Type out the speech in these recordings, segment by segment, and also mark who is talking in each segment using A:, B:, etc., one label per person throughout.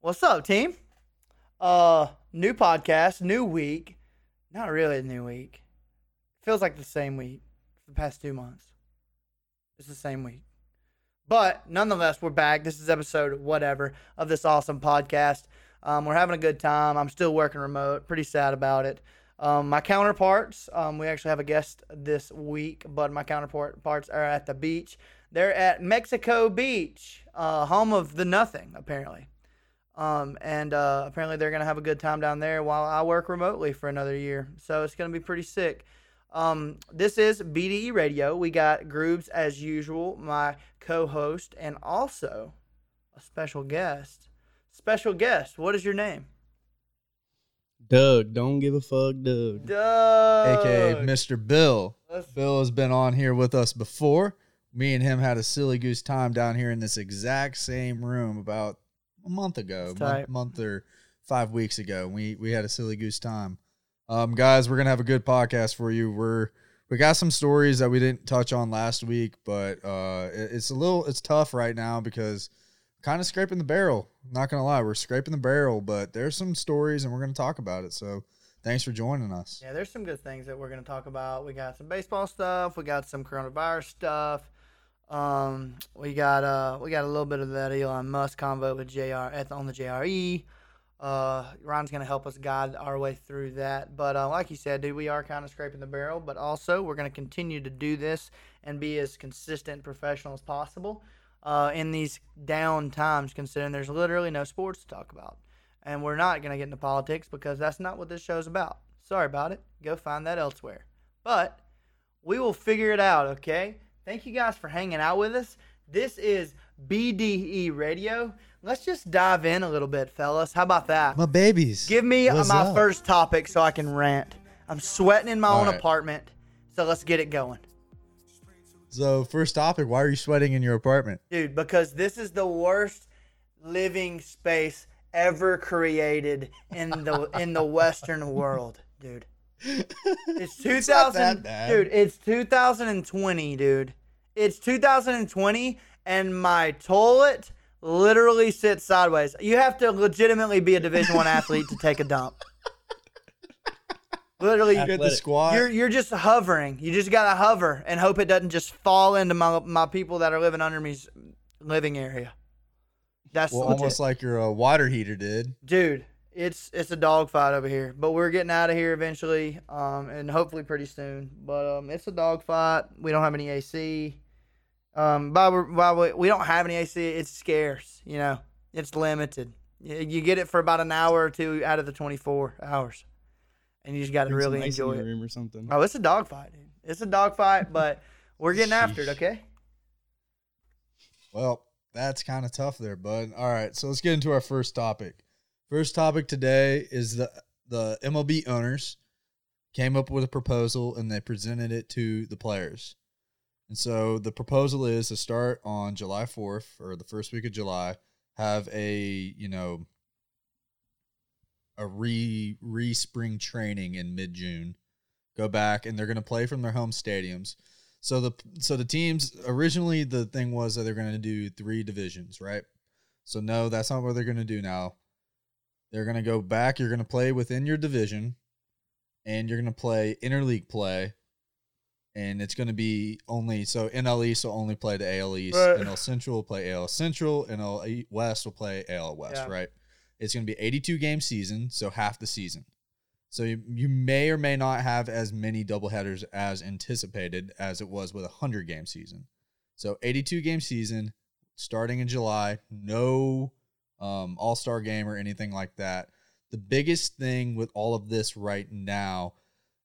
A: What's up, team? Uh, new podcast, new week. Not really a new week. Feels like the same week for the past two months. It's the same week. But nonetheless, we're back. This is episode whatever of this awesome podcast. Um, we're having a good time. I'm still working remote. Pretty sad about it. Um, my counterparts, um, we actually have a guest this week, but my counterparts are at the beach. They're at Mexico Beach, uh, home of the nothing, apparently. Um, and uh, apparently they're gonna have a good time down there while I work remotely for another year. So it's gonna be pretty sick. Um, this is BDE Radio. We got Grooves as usual, my co-host, and also a special guest. Special guest, what is your name?
B: Doug, don't give a fuck, Doug.
A: Doug.
C: aka Mr. Bill.
A: Let's-
C: Bill has been on here with us before. Me and him had a silly goose time down here in this exact same room about a month ago,
A: That's tight.
C: month, month or five weeks ago. We we had a silly goose time. Um, guys, we're gonna have a good podcast for you. We're we got some stories that we didn't touch on last week, but uh, it- it's a little it's tough right now because kind of scraping the barrel. Not gonna lie, we're scraping the barrel, but there's some stories and we're gonna talk about it. So thanks for joining us.
A: Yeah, there's some good things that we're going to talk about. We got some baseball stuff. We got some coronavirus stuff. Um, we got uh, we got a little bit of that Elon Musk convo with Jr. at the, on the JRE. Uh, Ron's going to help us guide our way through that. But uh, like you said, dude, we are kind of scraping the barrel. But also, we're going to continue to do this and be as consistent and professional as possible uh, in these down times, considering there's literally no sports to talk about. And we're not going to get into politics because that's not what this show's about. Sorry about it. Go find that elsewhere. But we will figure it out, okay? Thank you guys for hanging out with us. This is BDE Radio. Let's just dive in a little bit, fellas. How about that?
C: My babies.
A: Give me
C: What's
A: my
C: up?
A: first topic so I can rant. I'm sweating in my
C: All
A: own
C: right.
A: apartment, so let's get it going.
C: So first topic, why are you sweating in your apartment?
A: Dude, because this is the worst living space ever created in the in the western world, dude. It's 2000
C: not that bad.
A: Dude, it's 2020, dude. It's 2020 and my toilet literally sits sideways. You have to legitimately be a division 1 athlete to take a dump. Literally
C: You got the
B: Athletic.
C: squat.
A: you're you're just hovering. You just gotta hover and hope it doesn't just fall into my my people that are living under me's living area. That's
C: well,
A: legit.
C: almost like your uh, water heater did.
A: dude. It's it's a dogfight over here, but we're getting out of here eventually, um, and hopefully pretty soon. But um, it's a dogfight. We don't have any AC. Um, by we- by we- we don't have any AC. It's scarce. You know, it's limited. You, you get it for about an hour or two out of the twenty four hours, and you just got to
B: Bring some
A: really
B: ice in
A: enjoy
B: your
A: it.
B: room or something.
A: Oh, it's a dogfight, dude. It's a dogfight, but we're getting after it,
B: Sheesh.
A: okay?
C: Well, that's kind of tough there, bud. All right, so let's get into our first topic. First topic today is the the MLB owners came up with a proposal and they presented it to the players. And so the proposal is to start on July 4th or the first week of July, have a, you know, a re re spring training in mid June. Go back and they're going to play from their home stadiums. So the so the teams originally the thing was that they're going to do three divisions, right? So no, that's not what they're going to do now. They're going to go back. You're going to play within your division, and you're going to play interleague play, and it's going to be only so NL East will only play the AL East,
A: Right.
C: NL Central will play AL Central, NL E- West will play AL West,
A: Yeah.
C: right? It's going to be 82 game season, so half the season. So you, you may or may not have as many doubleheaders as anticipated as it was with a 100 game season. So 82 game season starting in July, no um, All Star game or anything like that. The biggest thing with all of this right now,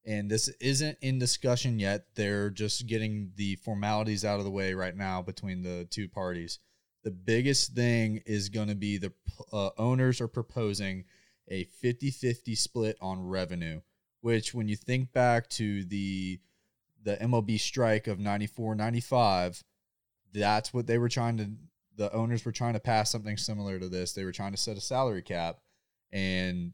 C: and this isn't in discussion yet, they're just getting the formalities out of the way right now between the two parties. The biggest thing is going to be the uh, owners are proposing a 50 50 split on revenue, which when you think back to the the MLB strike of 94 95, that's what they were trying to the owners were trying to pass something similar to this they were trying to set a salary cap and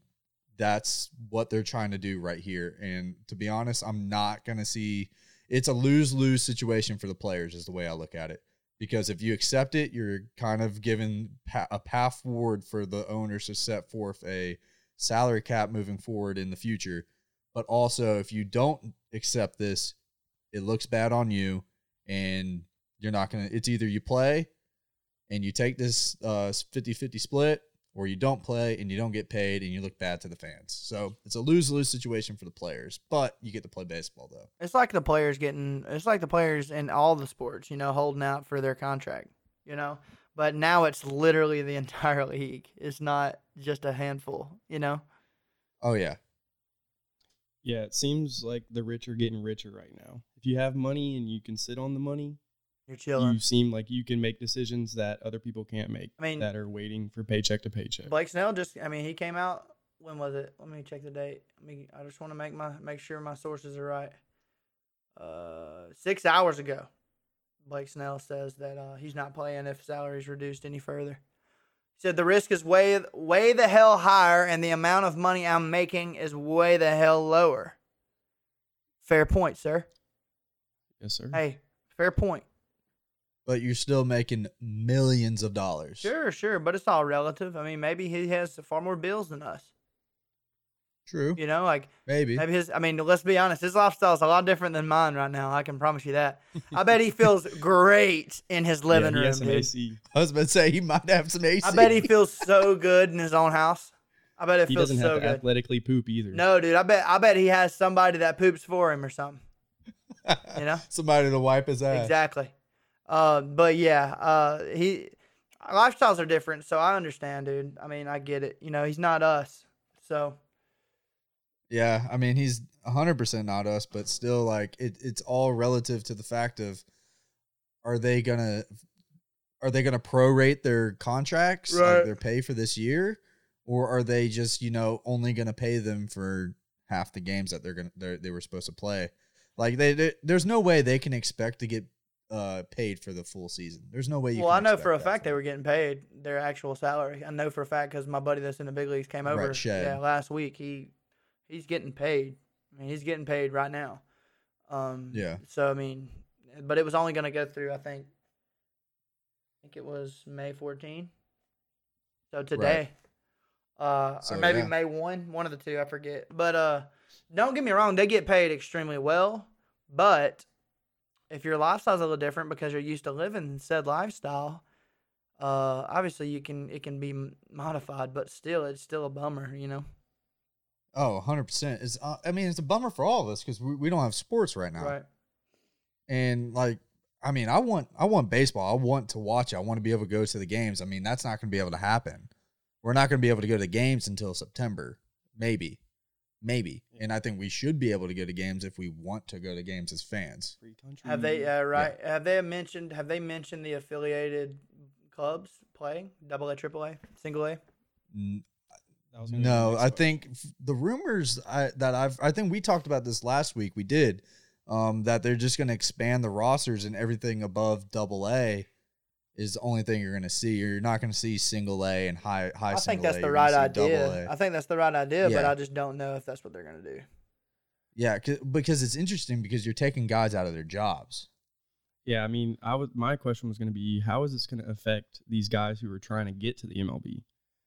C: that's what they're trying to do right here and to be honest i'm not going to see it's a lose-lose situation for the players is the way i look at it because if you accept it, you're kind of given pa- a path forward for the owners to set forth a salary cap moving forward in the future. But also, if you don't accept this, it looks bad on you, and you're not gonna. It's either you play and you take this uh, 50-50 split, or you don't play and you don't get paid, and you look bad to the fans. So it's a lose-lose situation for the players, but you get to play baseball though.
A: It's like the players getting. It's like the players in all the sports, you know, holding out for their contract, you know. But now it's literally the entire league. It's not just a handful, you know.
C: Oh yeah,
B: Yeah, it seems like the rich are getting richer right now. If you have money and you can sit on the money,
A: You're chilling.
B: you seem like you can make decisions that other people can't make
A: I mean-
B: that are waiting for paycheck to paycheck.
A: Blake Snell just. I mean, he came out. When was it? Let me check the date. Let me. I just want to make my make sure my sources are right. Uh, six hours ago, Blake Snell says that uh, he's not playing if salary's reduced any further. He said the risk is way way the hell higher, and the amount of money I'm making is way the hell lower. Fair point, sir.
B: yes, sir.
A: Hey, fair point.
C: but you're still making millions of dollars.
A: Sure, sure, but it's all relative. I mean, maybe he has far more bills than us.
C: True.
A: You know, like
C: Maybe.
A: Maybe his. I mean, let's be honest. His lifestyle is a lot different than mine right now. I can promise you that. I bet he feels great in his
B: Yeah,
A: living
B: he
A: room,
B: has some
A: dude.
B: AC.
C: I was about to say he might have some AC.
A: I bet he feels so good in his own house. I bet it
B: He
A: feels
B: doesn't
A: so
B: have to
A: good.
B: athletically poop either.
A: No, dude. I bet. I bet he has somebody that poops for him or something. You know.
C: somebody to wipe his ass.
A: Exactly. Uh, but yeah, uh, he lifestyles are different, so I understand, dude. I mean, I get it. You know, he's not us, so
C: Yeah, I mean he's 100% not us, but still like it, it's all relative to the fact of are they going to are they going to prorate their contracts,
A: Right.
C: like their pay for this year, or are they just, you know, only going to pay them for half the games that they're going to they were supposed to play? Like they, they there's no way they can expect to get uh paid for the full season. There's no way you
A: Well, I
C: can
A: know
C: expect
A: for a
C: that
A: fact
C: from
A: they were getting paid their actual salary. I know for a fact because my buddy that's in the big leagues came
C: Right,
A: over.
C: Shad.
A: Yeah, last week he he's getting paid. I mean, he's getting paid right now. Um,
C: Yeah.
A: So I mean, but it was only going to go through. I think. I think it was May 14. So today, uh,
C: So,
A: or maybe
C: yeah.
A: May one, one of the two, I forget. But uh, don't get me wrong, they get paid extremely well, but if your lifestyle's a little different because you're used to living said lifestyle, uh, obviously you can it can be m- modified, but still it's still a bummer, you know.
C: Oh, 100%. It's, uh, I mean, it's a bummer for all of us because we, we don't have sports right now.
A: Right.
C: And like, I mean, I want I want baseball. I want to watch it. I want to be able to go to the games. I mean, that's not going to be able to happen. We're not going to be able to go to games until September, maybe, maybe. And I think we should be able to go to games if we want to go to games as fans.
B: Free country.
A: Have
C: Mm-hmm.
A: they uh, right? Have they mentioned Have they mentioned the affiliated clubs playing double A, triple A, single A?
C: N-
B: That was gonna be my
C: No,
B: next
C: I
B: question.
C: think f- the rumors I, that I've, I think we talked about this last week. We did um, that they're just going to expand the rosters and everything above double A is the only thing you're going to see. You're not going to see single A and high
A: I
C: high.
A: think
C: single
A: that's
C: A.
A: the
C: You're gonna
A: right
C: see double
A: idea.
C: A.
A: I think that's the right idea, but
C: Yeah.
A: I just don't know if that's what they're gonna do.
C: Yeah, 'cause- because it's interesting because you're taking guys out of their jobs.
B: Yeah, I mean, I was my question was going to be how is this going to affect these guys who are trying to get to the MLB?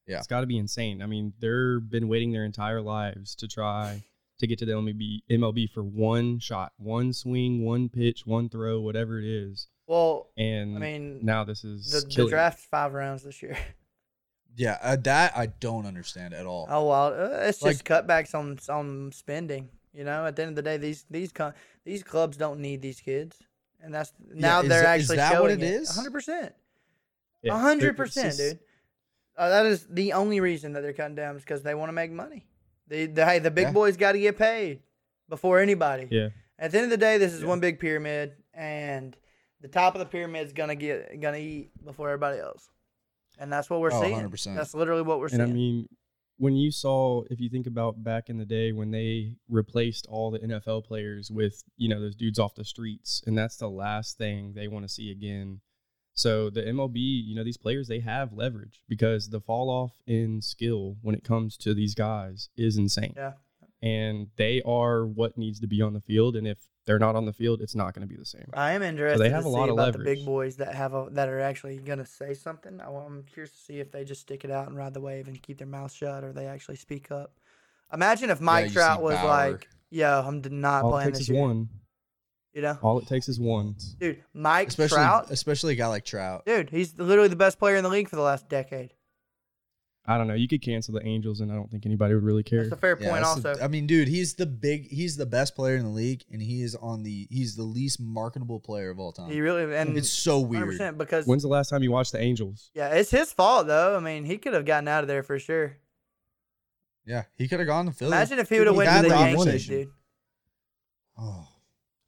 C: Yeah.
B: it's got to be insane. I mean, they're been waiting their entire lives to try to get to the MLB MLB for one shot, one swing, one pitch, one throw, whatever it is.
A: Well,
B: And
C: Mm.
A: I mean,
B: now this is
A: the, the
B: killing it.
A: draft's five rounds this year.
C: Yeah, uh, that I don't understand at all.
A: Oh well, uh, it's just
C: Like-
A: cutbacks on on spending. You know, at the end of the day, these these co- these clubs don't need these kids, and that's now
C: is
A: they're
C: that- is
A: actually
C: that what
A: showing
C: it
A: it.
C: is?
A: hundred percent,
B: Yeah, they're-
A: hundred
B: it's
A: percent,
B: just-
A: dude. Uh, that is the only reason that they're cutting down is because they want to make money. The, the hey, the big
C: Yeah.
A: boys got to get paid before anybody.
B: Yeah,
A: At the end of the day, this is
B: Yeah.
A: one big pyramid, and the top of the pyramid's gonna get gonna eat before everybody else, and that's what we're
C: Oh,
A: seeing.
C: 100%.
A: That's literally what we're
B: and
A: seeing.
B: I mean, when you saw, if you think about back in the day when they replaced all the NFL players with, you know, those dudes off the streets, and that's the last thing they want to see again. So the MLB, you know, these players, they have leverage because the fall off in skill when it comes to these guys is insane.
A: yeah.
B: And they are what needs to be on the field. And if they're not on the field, it's not going to be the same.
A: I am interested
B: have
A: to
B: a lot
A: see
B: of
A: about the big
B: leverage.
A: boys that have a, that are actually going to say something. I, am curious to see if they just stick it out and ride the wave and keep their mouth shut, or they actually speak up. Imagine if Mike
C: you see
A: Trout was
C: Bauer.
A: like, "Yo, I'm d- not
B: All it
A: playing
B: takes
A: this
B: is
A: year."
B: one.
A: You know,
B: All it takes is one.
A: dude, Mike
C: Especially
A: Trout,
C: especially a guy like Trout.
A: dude, he's literally the best player in the league for the last decade.
B: I don't know. You could cancel the Angels, and I don't think anybody would really care.
A: That's a fair
C: Yeah,
A: point.
C: that's the-
A: Also,
C: I mean, dude, he's the big, he's the best player in the league, and he is on the, he's the least marketable player of all time.
A: he really and
C: it's so weird.
A: 100% because
B: When's the last time you watched the Angels?
A: yeah, it's his fault though. I mean, he could have gotten out of there for sure.
C: Yeah, he could have gone to Philly.
A: Imagine if he would have
C: Dude,
A: went to
C: that
A: the
B: was
A: Yankees,
C: conversation.
A: dude.
C: Oh,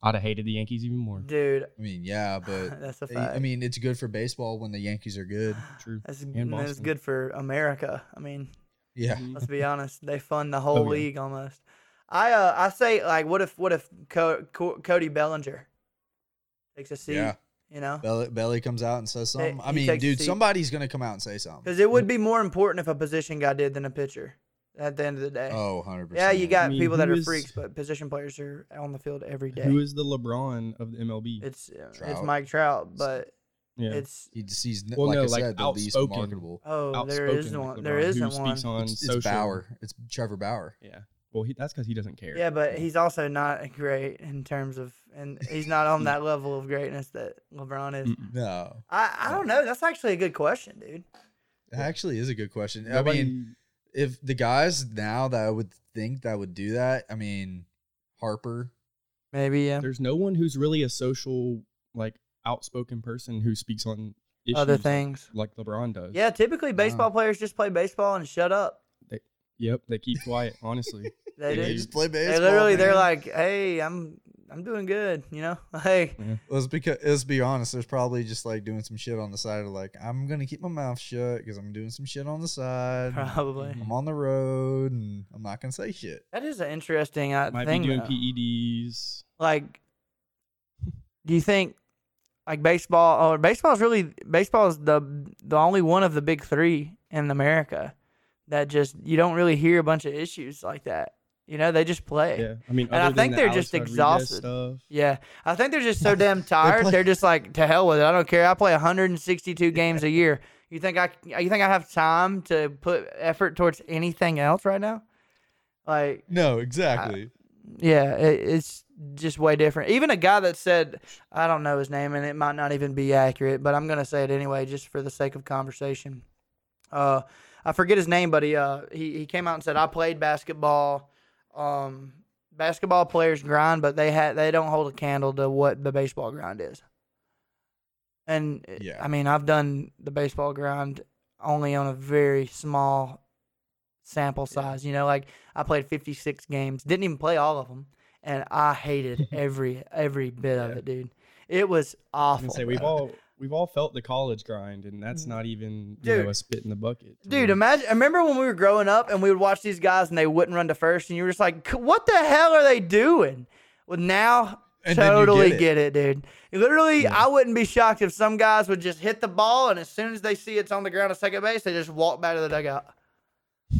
B: I'd have hated the Yankees even more.
A: Dude,
C: I mean, yeah, but
A: that's a fact.
C: I mean, it's good for baseball when the Yankees are good.
B: True.
A: That's,
B: And
A: that's
B: Boston.
A: good for America. I mean,
C: Yeah,
A: let's be honest, they fund the whole
B: Oh, yeah.
A: league almost. I uh, I say like, what if what if Co- Co- Cody Bellinger takes a seat?
C: yeah.
A: You know,
C: Belly, Belly comes out and says something. I
A: he
C: mean,
A: takes a
C: dude,
A: seat.
C: somebody's gonna come out and say something.
A: because it would be more important if a position guy did than a pitcher. At the end of the day,
C: Oh, 100 percent.
A: yeah, you got
B: I mean,
A: people that
B: who
A: are
B: is-
A: freaks, but position players are on the field every day.
B: Who is the LeBron of the MLB?
A: it's uh, it's
C: Trout.
A: Mike Trout, but
B: yeah.
A: it's
C: He's, he's
B: Well,
C: like
B: no,
C: I
B: like,
C: said, the least
B: outspoken.
C: marketable.
A: oh, there
B: outspoken
A: is no
B: like
A: one.
B: LeBron,
A: There is
B: who
A: no one.
B: speaks on
C: It's,
B: social.
C: it's Bauer. It's Trevor Bauer.
B: Yeah. Well, he, that's because he doesn't care.
A: Yeah, but he's also not great in terms of, and he's not on that level of greatness that LeBron is.
B: Mm.
C: No,
A: I, I don't know. That's actually a good question, dude.
C: that actually is a good question.
B: Nobody-
C: I mean, if the guys now that I would think that would do that, I mean, Harper.
A: Maybe yeah.
B: there's no one who's really a social, like outspoken person who speaks on issues
A: Other things.
B: like LeBron does.
A: Yeah, typically baseball players just play baseball and shut up.
B: Yep. They keep quiet. honestly,
A: They
B: Yeah,
A: do.
B: you just
C: play
A: They
C: baseball.
A: literally they're like, hey, I'm I'm doing good, you know. Hey,
C: let's be let's be honest. There's probably just like doing some shit on the side of like I'm gonna keep my mouth shut because I'm doing some shit on the side.
A: probably
C: I'm on the road and I'm not gonna say shit.
A: that is an interesting uh,
B: might
A: thing.
B: be doing E
A: though.
B: PEDs.
A: Like, do you think like baseball or baseball's really baseball's the the only one of the big three in America that just you don't really hear a bunch of issues like that. You know, they just play.
B: Yeah. I mean,
A: And I
B: other than
A: think
B: the
A: they're
B: Alex
A: just
B: Rodriguez
A: exhausted.
B: Stuff,
A: Yeah, I think they're just so damn tired. They're just like to hell with it. I don't care. I play 162 games a year. You think I? You think I have time to put effort towards anything else right now? Like,
C: No, exactly.
A: yeah, it, it's just way different. Even a guy that said, I don't know his name, and it might not even be accurate, but I'm gonna say it anyway, just for the sake of conversation. Uh, I forget his name, but he uh he, he came out and said I played basketball. Um, basketball players grind, but they had they don't hold a candle to what the baseball grind is. And it-
C: Yeah.
A: I mean, I've done the baseball grind only on a very small sample size. You know, like I played 56 games, didn't even play all of them, and I hated every every bit of
B: Yeah.
A: it, dude. It was
B: I
A: awful.
B: can say we've
A: bro.
B: all we've all felt the college grind, and that's not even you
A: Dude.
B: know a spit in the bucket.
A: Dude, imagine. Remember when we were growing up and we would watch these guys and they wouldn't run to first, and you were just like, "C- "What the hell are they doing?" Well, now
C: And then you
A: totally
C: get
A: get it. dude. Literally, I wouldn't be shocked if some guys would just hit the ball, and as soon as they see it's on the ground at second base, they just walk back to the dugout.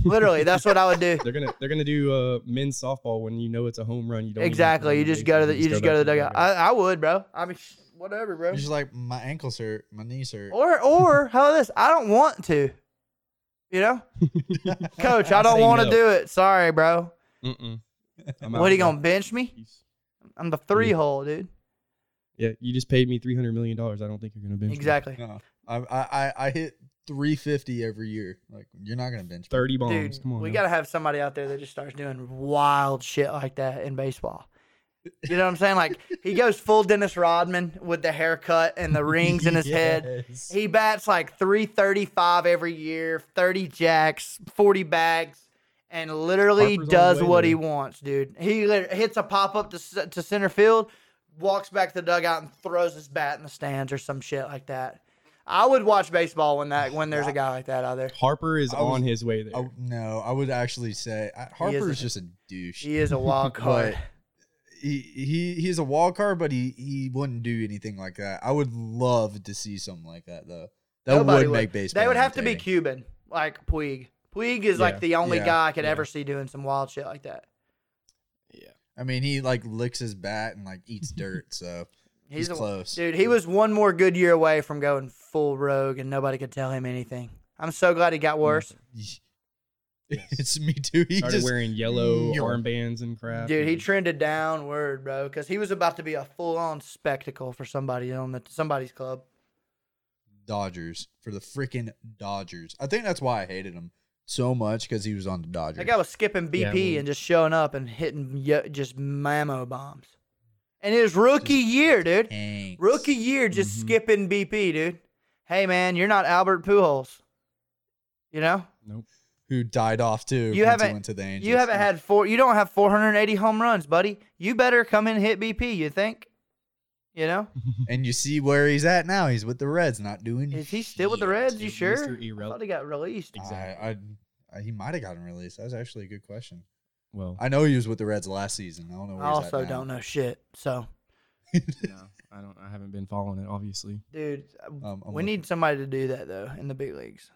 A: Literally, that's what I would do.
B: they're gonna they're gonna do uh, men's softball when you know it's a home run. You don't even have to run
A: Exactly. You just go to the
B: bases,
A: you just go to the
B: back
A: dugout. I, I would, bro. I mean, sh- whatever, bro.
C: You're just like my ankles hurt, my knees hurt.
A: Or or how about this? I don't want to. You know, coach, I don't
B: Say
A: want to
B: no.
A: do it. Sorry, bro.
B: Mm-mm. I'm
A: What
B: out,
A: are you
B: bro.
A: gonna bench me?
B: Peace.
A: I'm the three hole, dude.
B: Yeah, you just paid me three hundred million dollars. I don't think you're gonna bench me.
A: Exactly.
C: No, I, I I- I hit 350 every year. Like you're not gonna bench. me.
B: thirty bombs.
A: Dude,
B: Come on,
A: we
B: now.
A: got to have somebody out there that just starts doing wild shit like that in baseball. You know what I'm saying? Like he goes full Dennis Rodman with the haircut and the rings in his head.
C: Yes.
A: He bats like 335 every year, 30 jacks, 40 bags, and literally
B: Harper's on
A: does
B: the way
A: what he
B: there.
A: wants, dude. He lit- hits a pop up to, s- to center field, walks back to the dugout, and throws his bat in the stands or some shit like that. I would watch baseball when that when there's a guy like that out there.
B: Harper is
C: I was-
B: on his way there.
C: I, no, I would actually say I, Harper
A: a-
C: is just a douche.
A: He is a wild card.
C: he he he's a wild card, but he he wouldn't do anything like that. I would love to see something like that though. That
A: Nobody
C: would make baseball.
A: They would have to be
C: entertaining.
A: Cuban, like Puig. Puig is
B: Yeah.
A: like the only
C: Yeah.
A: guy I could
B: Yeah.
A: ever see doing some wild shit like that.
B: I
C: I mean, he like licks his bat and like eats dirt, so he's,
A: a-
C: close.
A: Dude, he was one more good year away from going full rogue, and nobody could tell him anything. I'm so glad he got
B: Mm,
A: worse.
C: it's me too. He
B: Started
C: just Mm.
B: wearing yellow
C: Yo.
B: armbands and crap.
A: Dude, he
B: and-
A: trended downward, bro, because he was about to be a full-on spectacle for somebody on the somebody's club.
C: Dodgers for the freaking Dodgers. I think that's why I hated him so much because he was on the Dodgers.
A: That guy was skipping BP
B: Yeah, well-
A: and just showing up and hitting yo- just mammo bombs. And his rookie year, dude,
C: Tanks.
A: rookie year, just
B: Mhm.
A: skipping BP, dude. Hey man, you're not Albert Pujols. You know,
B: Nope.
C: who died off too. once he
A: haven't-
C: went to the Angels.
A: you haven't had four. You don't have 480 home runs, buddy. You better come and hit BP. You think? You know,
C: and you see where he's at now. He's with the Reds, not doing.
A: is he still with the
C: shit.
A: Reds? You
B: Mr.
A: sure? I
B: Irrel-
A: thought he got released.
C: I, I, I, he might have gotten released. That's actually a good question.
B: Well,
C: I know he was with the Reds last season. I don't know. Where
A: I
C: he's
A: also
C: at now.
A: don't know shit. So,
B: no, I don't. I haven't been following it, obviously.
A: dude,
C: Um, I'm
A: we need somebody to do that though in the big leagues.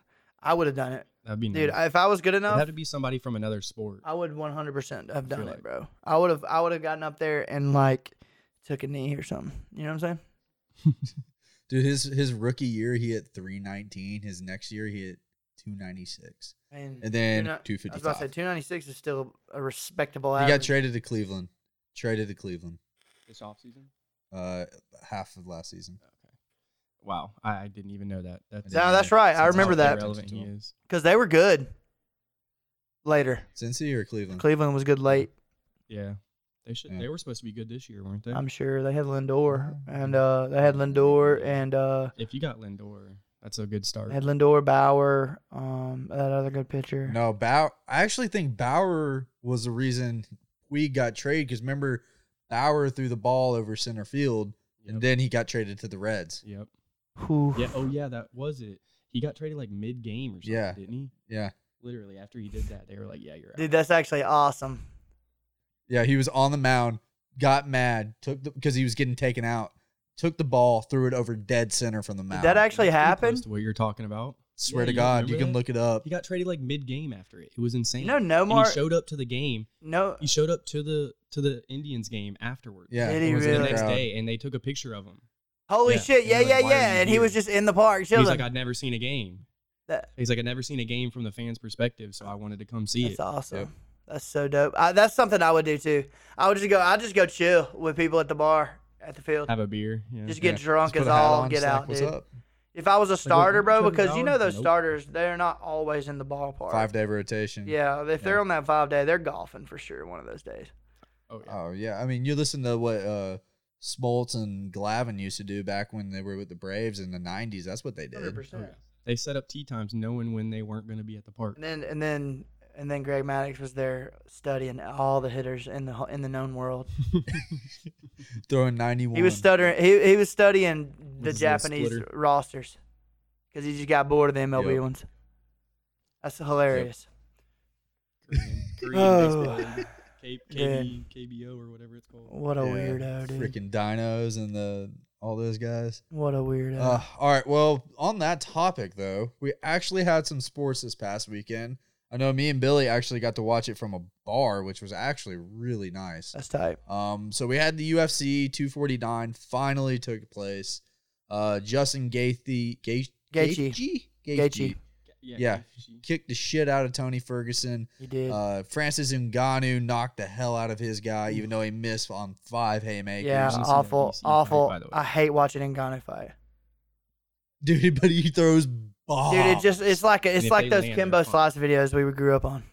A: I would have done it,
B: That'd
C: Hmm.
B: be
A: dude.
B: nice.
A: If I was good
B: It'd have
A: enough,
B: to be somebody from another sport.
A: I would 100% have
B: I
A: done
B: feel
A: it,
B: like-
A: bro. I would have, I would have gotten up there and like took a knee or something. You know what I'm saying?
C: Dude, his his rookie year he hit 319. His next year he hit 296,
A: And,
C: and then
A: you're not- I was about to say
C: 255.
A: 296 is still a respectable
C: He got
A: average.
C: traded to Cleveland. Traded to Cleveland.
B: This offseason.
C: Uh, half of last season.
B: Wow, I, I didn't even know that. That's
C: Yeah,
A: no, that's right. I
C: Sounds
A: remember
B: how
A: that
B: Irrelevant he is.
A: because they were good. Later,
C: Cincy or Cleveland?
A: Cleveland was good late.
B: Yeah, they should.
C: Yeah.
B: They were supposed to be good this year, weren't they?
A: I'm sure they had Lindor and uh, they had Lindor and uh,
B: if you got Lindor, that's a good start.
A: they had Lindor, Bauer, um, that other good pitcher.
C: No, Bauer. I actually think Bauer was the reason we got traded because remember Bauer threw the ball over center field,
B: Yep.
C: and then he got traded to the Reds.
B: Yep.
A: Whew.
B: Yeah. Oh yeah, that was it. He got traded like mid game or something,
C: Yeah.
B: didn't he?
C: Yeah,
B: Literally after he did that, they were like, "Yeah, you're out."
A: Dude, that's actually awesome.
C: yeah. He was on the mound, got mad, took the because he was getting taken out, took the ball, threw it over dead center from the
A: Did
C: mound.
A: that actually
B: Pretty close
A: happen?
B: to what you're talking about?
C: Swear
B: Yeah,
C: to
B: you
C: God,
B: remember
C: you can
B: that?
C: look it up.
B: He got traded like mid game after it. It was insane.
A: You know, no
B: And
A: more.
B: he showed up to the game.
A: No,
B: He showed up to the to the Indians game afterwards.
C: Yeah,
A: Did
B: It
A: he
B: was the
A: really?
B: next
C: Crowd.
B: day, and they took a picture of him.
A: holy
B: Yeah.
A: shit!
B: And
A: Yeah,
B: you're
A: yeah,
B: like, "Why are
A: yeah.
B: you
A: And he
B: here?"
A: was just in the park chilling.
B: He's like, I'd never seen a game.
A: That-
B: He's like, I'd never seen a game from the fans' perspective, so I wanted to come see
A: that's
B: it.
A: awesome. That's so dope. I, that's something I would do too. I would just go. I just go chill with people at the bar at the field.
B: Have a beer. Yeah.
A: Just get
C: Yeah.
A: drunk
C: Just
A: as
C: put a hat
A: all
C: on,
A: get
C: snack,
A: out,
C: what's
A: dude.
C: up?
A: If I was a starter,
B: what,
A: bro,
B: Kevin
A: because you
B: Howard?
A: know those
B: Nope.
A: starters, they're not always in the ballpark.
C: Five day rotation.
A: Yeah, if they're
C: Yeah.
A: on that five day, they're golfing for sure one of those days.
B: oh yeah.
C: Oh yeah, I mean you listen to what uh Smoltz and Glavin used to do back when they were with the Braves in the '90s. That's what they
A: Hundred
C: did.
B: Oh,
A: percent.
B: yeah. They set up tea times knowing when they weren't going to be at the park.
A: And then and then and then Greg Maddox was there studying all the hitters in the ho- in the known world.
C: Throwing 91.
A: He was stuttering. He, he was studying the
B: This is a
A: Japanese
B: splitter.
A: rosters because he just got bored of the MLB
C: Yep.
A: ones. That's hilarious.
B: Korean, Korean
A: Oh.
B: baseball, K- KB, KBO or whatever it's called.
A: What a
C: Yeah,
A: weirdo, dude.
C: Freaking dinos and the all those guys.
A: What a weirdo.
C: Uh, all right. Well, on that topic though, we actually had some sports this past weekend. I know me and Billy actually got to watch it from a bar, which was actually really nice.
A: That's tight.
C: Um, so we had the UFC 249 finally took place. Uh, Justin Gaethje, Gaethje,
A: Gaethje. Gaethje.
B: Yeah.
C: Yeah.
B: she-
C: kicked the shit out of Tony Ferguson.
A: He did.
C: Uh, Francis Ngannou knocked the hell out of his guy, even though he missed on five haymakers.
A: yeah, uh,
B: I've seen
A: awful,
B: that DC fight,
A: awful.
B: by the way.
A: I hate watching Ngannou fight.
C: dude. But he throws bombs.
A: Dude, it just it's like
B: Oh, And
A: it's
B: if
A: like
B: they
A: those
B: land,
A: Kimbo
B: they're fine.
A: Slice videos we grew up on.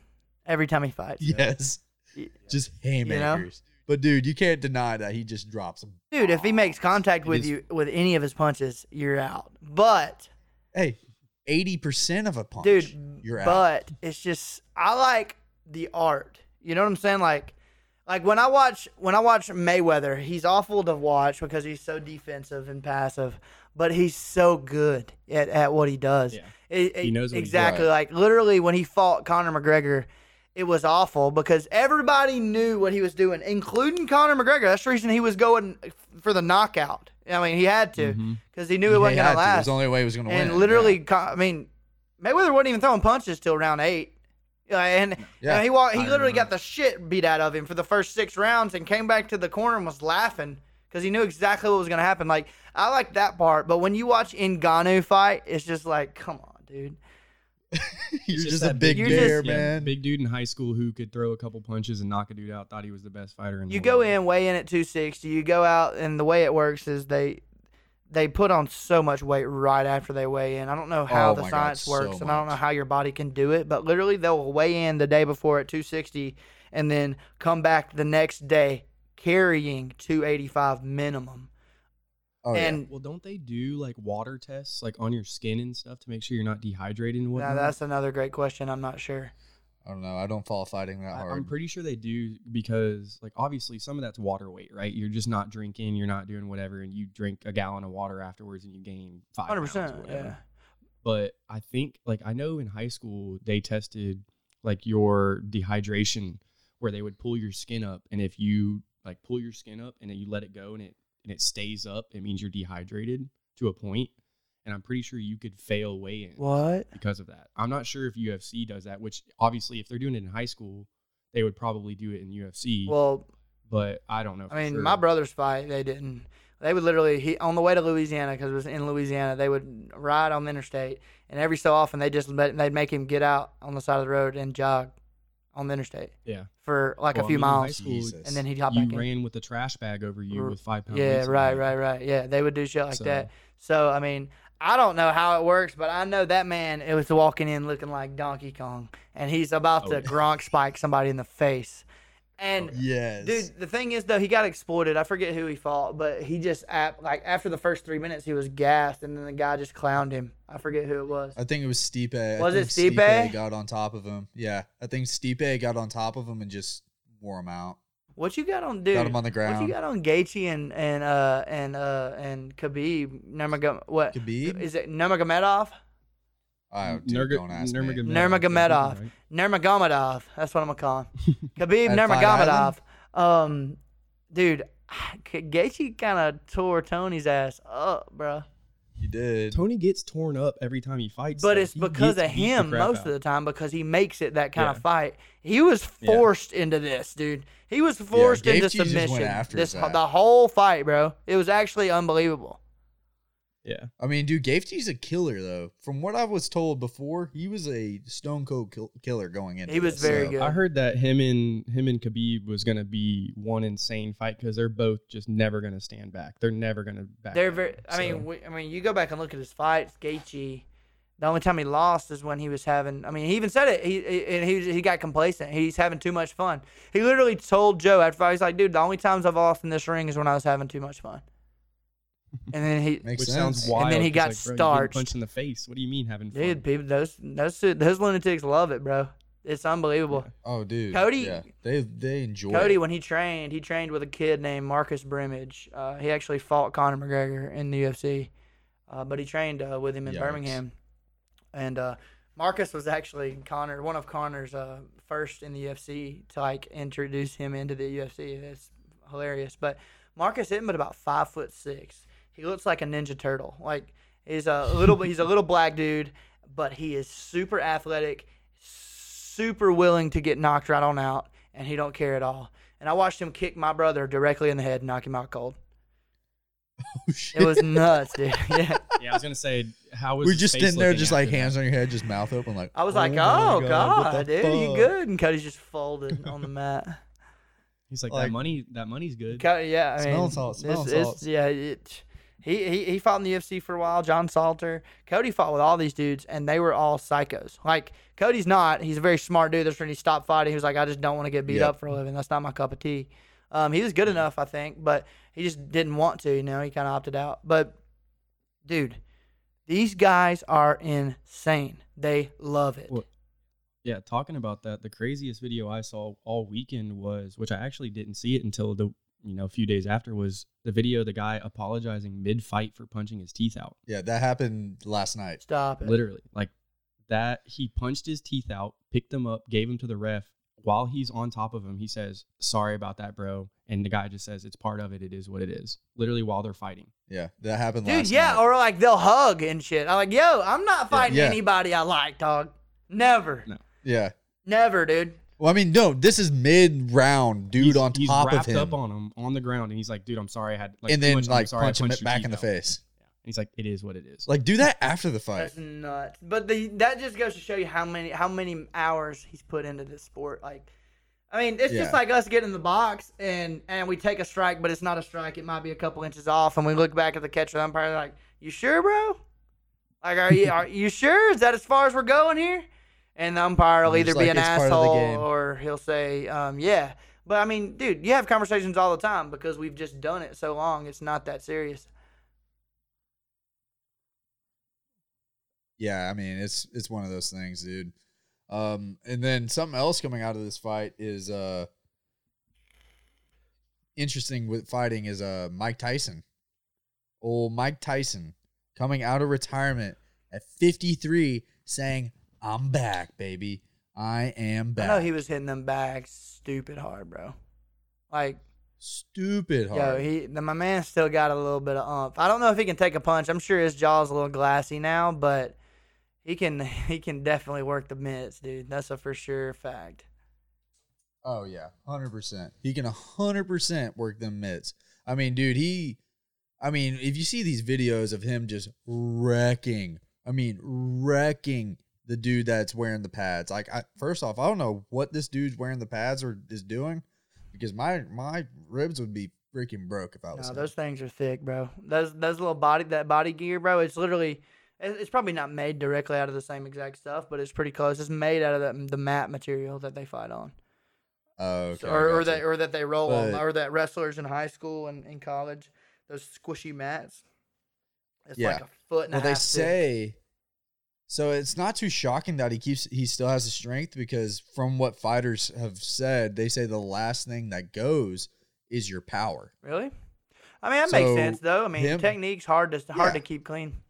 A: Every time he fights,
C: yes,
A: Yeah.
C: just haymakers. But dude, you can't deny that he just drops them.
A: dude, if he makes contact
C: It
A: with
C: is-
A: you with any of his punches, you're out. But
C: Hey, eighty percent of a punch,
A: dude,
C: You're out.
A: but it's just I like the art. You know what I'm saying? Like, like when I watch when I watch Mayweather, he's awful to watch because he's so defensive and passive, but he's so good at, at what he does.
B: Yeah.
A: It-
B: He
A: it-
B: knows what he's
A: exactly.
C: doing.
A: Like literally when he fought Conor McGregor, it was awful because everybody knew what he was doing, including Conor McGregor. That's the reason he was going for the knockout. I mean, he had to
B: Mhm.
A: because he knew it wasn't gonna
C: Mm-hmm. He had to. It was
A: last.
C: the only way he was gonna win.
A: And literally, co- I mean, Mayweather wasn't even throwing punches till round eight. Uh, and
C: Yeah,
A: and he walked, he
C: I
A: literally got
C: remember.
A: the shit beat out of him for the first six rounds and came back to the corner and was laughing because he knew exactly what was going to happen. Like, I like that part, but when you watch Ngannou fight, it's just like, come on, dude.
C: You're
B: It's
C: just,
B: just
C: a
B: that
C: big
A: big- You're
C: bear,
A: just-
C: man.
B: Big dude in high school who could throw a couple punches and knock a dude out. Thought he was the best fighter in the
A: You
B: world.
A: go in, weigh in at 260, you go out, and the way it works is they. They put on so much weight right after they weigh in. I don't know how
C: Oh
A: the
C: my God,
A: science
C: so
A: works, and I don't know
C: much.
A: how your body can do it. But literally, they'll weigh in the day before at 260, and then come back the next day carrying 285 minimum.
C: Oh, yeah.
A: and
B: Well, don't they do like water tests like on your skin and stuff to make sure you're not dehydrated and
A: now
B: whatnot?
A: that's another great question. I'm not sure.
C: I don't know. I don't follow fighting that
B: I-
C: hard.
B: I'm pretty sure they do because, like, obviously some of that's water weight, right? You're just not drinking, you're not doing whatever, and you drink a gallon of water afterwards, and you gain five.
A: 100.
B: pounds or
A: percent
B: whatever.
A: Yeah.
B: But I think, like, I know in high school they tested like your dehydration, where they would pull your skin up, and if you like pull your skin up and then you let it go and it and it stays up, it means you're dehydrated to a point. And I'm pretty sure you could fail weigh in
A: What?
B: because of that. I'm not sure if UFC does that, which obviously if they're doing it in high school, they would probably do it in UFC.
A: Well,
B: but I don't know. for
A: I mean,
B: sure.
A: my brother's fight, they didn't. They would literally he on the way to Louisiana because it was in Louisiana. They would ride on the interstate, and every so often they just let, they'd make him get out on the side of the road and jog on the interstate
B: yeah,
A: for like
B: Well,
A: a
B: I
A: few
B: mean, in high
A: miles,
B: school,
C: Jesus.
A: and then he'd hop
B: you
A: back in.
B: ran with a trash bag over you
A: R-
B: with five pounds.
A: Yeah, right, right, right. Yeah, they would do shit like
B: So-
A: that. So I mean, I don't know how it works, but I know that man it was walking in looking like Donkey Kong, and he's about
B: Oh,
A: to
B: yeah. Oh,
A: Gronk spike somebody in the face. And
C: yes.
A: dude, the thing is though, he got exploited. I forget who he fought, but he just ap- like after the first three minutes he was gassed, and then the guy just clowned him. I forget who it was.
C: I think it was Stipe. I
A: Was it
C: think
A: Stipe?
C: Got on top of him. Yeah, I think Stipe got on top of him and just wore him out.
A: What you got on dude?
C: got him on the
A: what you
C: ground.
A: got on Gaethje and and uh and uh and Khabib Nurmagom what
C: Khabib.
A: is it Nurmagomedov?
C: Oh, dude, don't ask me.
A: Nurmagomedov. Nurmagomedov. That's what I'm gonna call him. Khabib
C: At Fight
A: Nurmagomedov. Um, dude, Gaethje kind of tore Tony's ass up, bro.
C: You did.
B: Tony gets torn up every time he fights,
A: But
B: though.
A: it's
B: He
A: because
B: gets
A: of
B: beat the
A: him
B: crap
A: most
B: out.
A: of the time because he makes it that kind
B: Yeah.
A: of fight. He was
B: Yeah.
A: forced into this, dude. He was forced
C: Gaethje
A: into
C: just went
A: submission.
C: after
A: this
C: that.
A: the whole fight, bro. It was actually unbelievable.
B: Yeah,
C: I mean, dude, Gaethje's a killer though. From what I was told before, he was a stone cold kill- killer going in.
A: He was very good.
B: I heard that him and him and Khabib was gonna be one insane fight because they're both just never gonna stand back. They're never gonna back.
A: They're
B: down,
A: very. I
B: so.
A: mean, we, I mean, you go back and look at his fights. Gaethje, the only time he lost is when he was having. I mean, he even said it. He, he and he was- he got complacent. He's having too much fun. He literally told Joe after I was like, dude, the only times I've lost in this ring is when I was having too much fun. And then he,
C: Makes
B: which
C: sense.
B: sounds wild.
A: And then he
B: It's
A: got
B: like, bro, you getting
A: starched.
B: punched in the face. What do you mean having fun?
A: dude, people, those those those lunatics love it, bro. It's unbelievable.
C: Oh, dude.
A: Cody-
C: Yeah. They they enjoy.
A: Cody,
C: it.
A: when he trained, he trained with a kid named Marcus Brimage. Uh, he actually fought Conor McGregor in the UFC, uh, but he trained uh, with him in
C: Yikes.
A: Birmingham. And uh, Marcus was actually Connor, one of Connor's uh, first in the UFC to like introduce him into the UFC. It's hilarious, but Marcus isn't but about five foot six. He looks like a ninja turtle. Like he's a little, he's a little black dude, but he is super athletic, super willing to get knocked right on out, and he don't care at all. And I watched him kick my brother directly in the head, and knock him out cold.
C: Oh, shit.
A: It was nuts, dude. Yeah.
B: Yeah, I was gonna say how was
C: We're
B: his
C: just
B: face
C: sitting there,
B: looking
C: just like
B: after
C: hands on your head, just mouth open, like.
A: I was like, "Oh
C: my
A: God,
C: what the
A: dude, you
C: fuck?"
A: good?" And Cody's just folded on the mat.
B: that? He's like,
C: Like-
B: that money, that money's good.
A: Co- yeah, I
C: Smelling
A: mean,
C: salts,
A: it's-
C: smelling
A: it's-
C: salts.
A: yeah, it, he, he he fought in the UFC for a while. John Salter, Cody fought with all these dudes, and they were all psychos. Like Cody's not; he's a very smart dude. That's when he stopped fighting. He was like, "I just don't want to get beat
C: Yep.
A: up for a living. That's not my cup of tea." Um, he was good enough, I think, but he just didn't want to. You know, he kind of opted out. But dude, these guys are insane. They love it.
B: Well, Yeah, talking about that, the craziest video I saw all weekend was, which I actually didn't see it until the you know a few days after, was the video of the guy apologizing mid fight for punching his teeth out.
C: Yeah, that happened last night.
A: Stop it.
B: Literally, like that, he punched his teeth out, picked them up, gave them to the ref. While he's on top of him, he says, "Sorry about that, bro," and the guy just says, "It's part of it. It is what it is." Literally, while they're fighting.
C: Yeah, that happened
A: Dude,
C: last
A: yeah,
C: night.
A: or like they'll hug and shit. I'm like, yo, I'm not fighting
C: Yeah.
A: anybody I like, dog. Never.
B: No.
C: yeah,
A: Never, dude.
C: Well, I mean, no, this is mid round, dude,
B: He's-
C: on
B: he's
C: top of
B: wrapped
C: him,
B: up on him on the ground, and he's like, "Dude, I'm sorry, I had like
C: and
B: too
C: then
B: much. I'm
C: like
B: sorry, I
C: punch him
B: punched your
C: back
B: teeth
C: in the
B: out."
C: face.
B: And he's like, "It is what it is."
C: Like, do that after the fight.
A: That's nuts. But the that just goes to show you how many how many hours he's put into this sport. Like, I mean, it's
C: Yeah.
A: just like us getting in the box and and we take a strike, but it's not a strike. It might be a couple inches off, and we look back at the catcher umpire like, "You sure, bro? Like, are you are you sure? Is that as far as we're going here?" And the umpire will
C: He's
A: either
C: like,
A: be an
C: "It's part of the
A: asshole
C: game."
A: or he'll say, um, "Yeah." But I mean, dude, you have conversations all the time because we've just done it so long. It's not that serious.
C: yeah, I mean, it's it's one of those things, dude. Um, and then something else coming out of this fight is uh interesting with fighting is uh Mike Tyson. Old Mike Tyson coming out of retirement at 53 saying, "I'm back, baby. I am back."
A: I know he was hitting them bags stupid hard, bro. Like,
C: stupid hard.
A: yo, he the, my man still got a little bit of umph. I don't know if he can take a punch. I'm sure his jaw's a little glassy now, but he can he can definitely work the mitts, dude. That's a for sure fact.
C: Oh yeah, hundred percent. He can hundred percent work them mitts. I mean, dude, he. I mean, if you see these videos of him just wrecking, I mean, wrecking the dude that's wearing the pads. Like, I, first off, I don't know what this dude's wearing the pads or is doing, because my my ribs would be freaking broke if I was.
A: No,
C: him.
A: those things are thick, bro. Those those little body that body gear, bro. It's literally it- it's probably not made directly out of the same exact stuff, but it's pretty close. It's made out of the, the mat material that they fight on.
C: oh, okay,
A: or, or
C: gotcha.
A: that or that they roll on,
C: But-
A: or that wrestlers in high school and in college, those squishy mats. It's like
C: Yeah.
A: a foot and
C: Well,
A: a
C: they
A: half. thick.
C: say. So it's not too shocking that he keeps he still has the strength because from what fighters have said, they say the last thing that goes is your power.
A: really. I mean, that makes
C: So,
A: sense though. I mean,
C: him-
A: technique's hard to hard to
C: Yeah.
A: keep clean.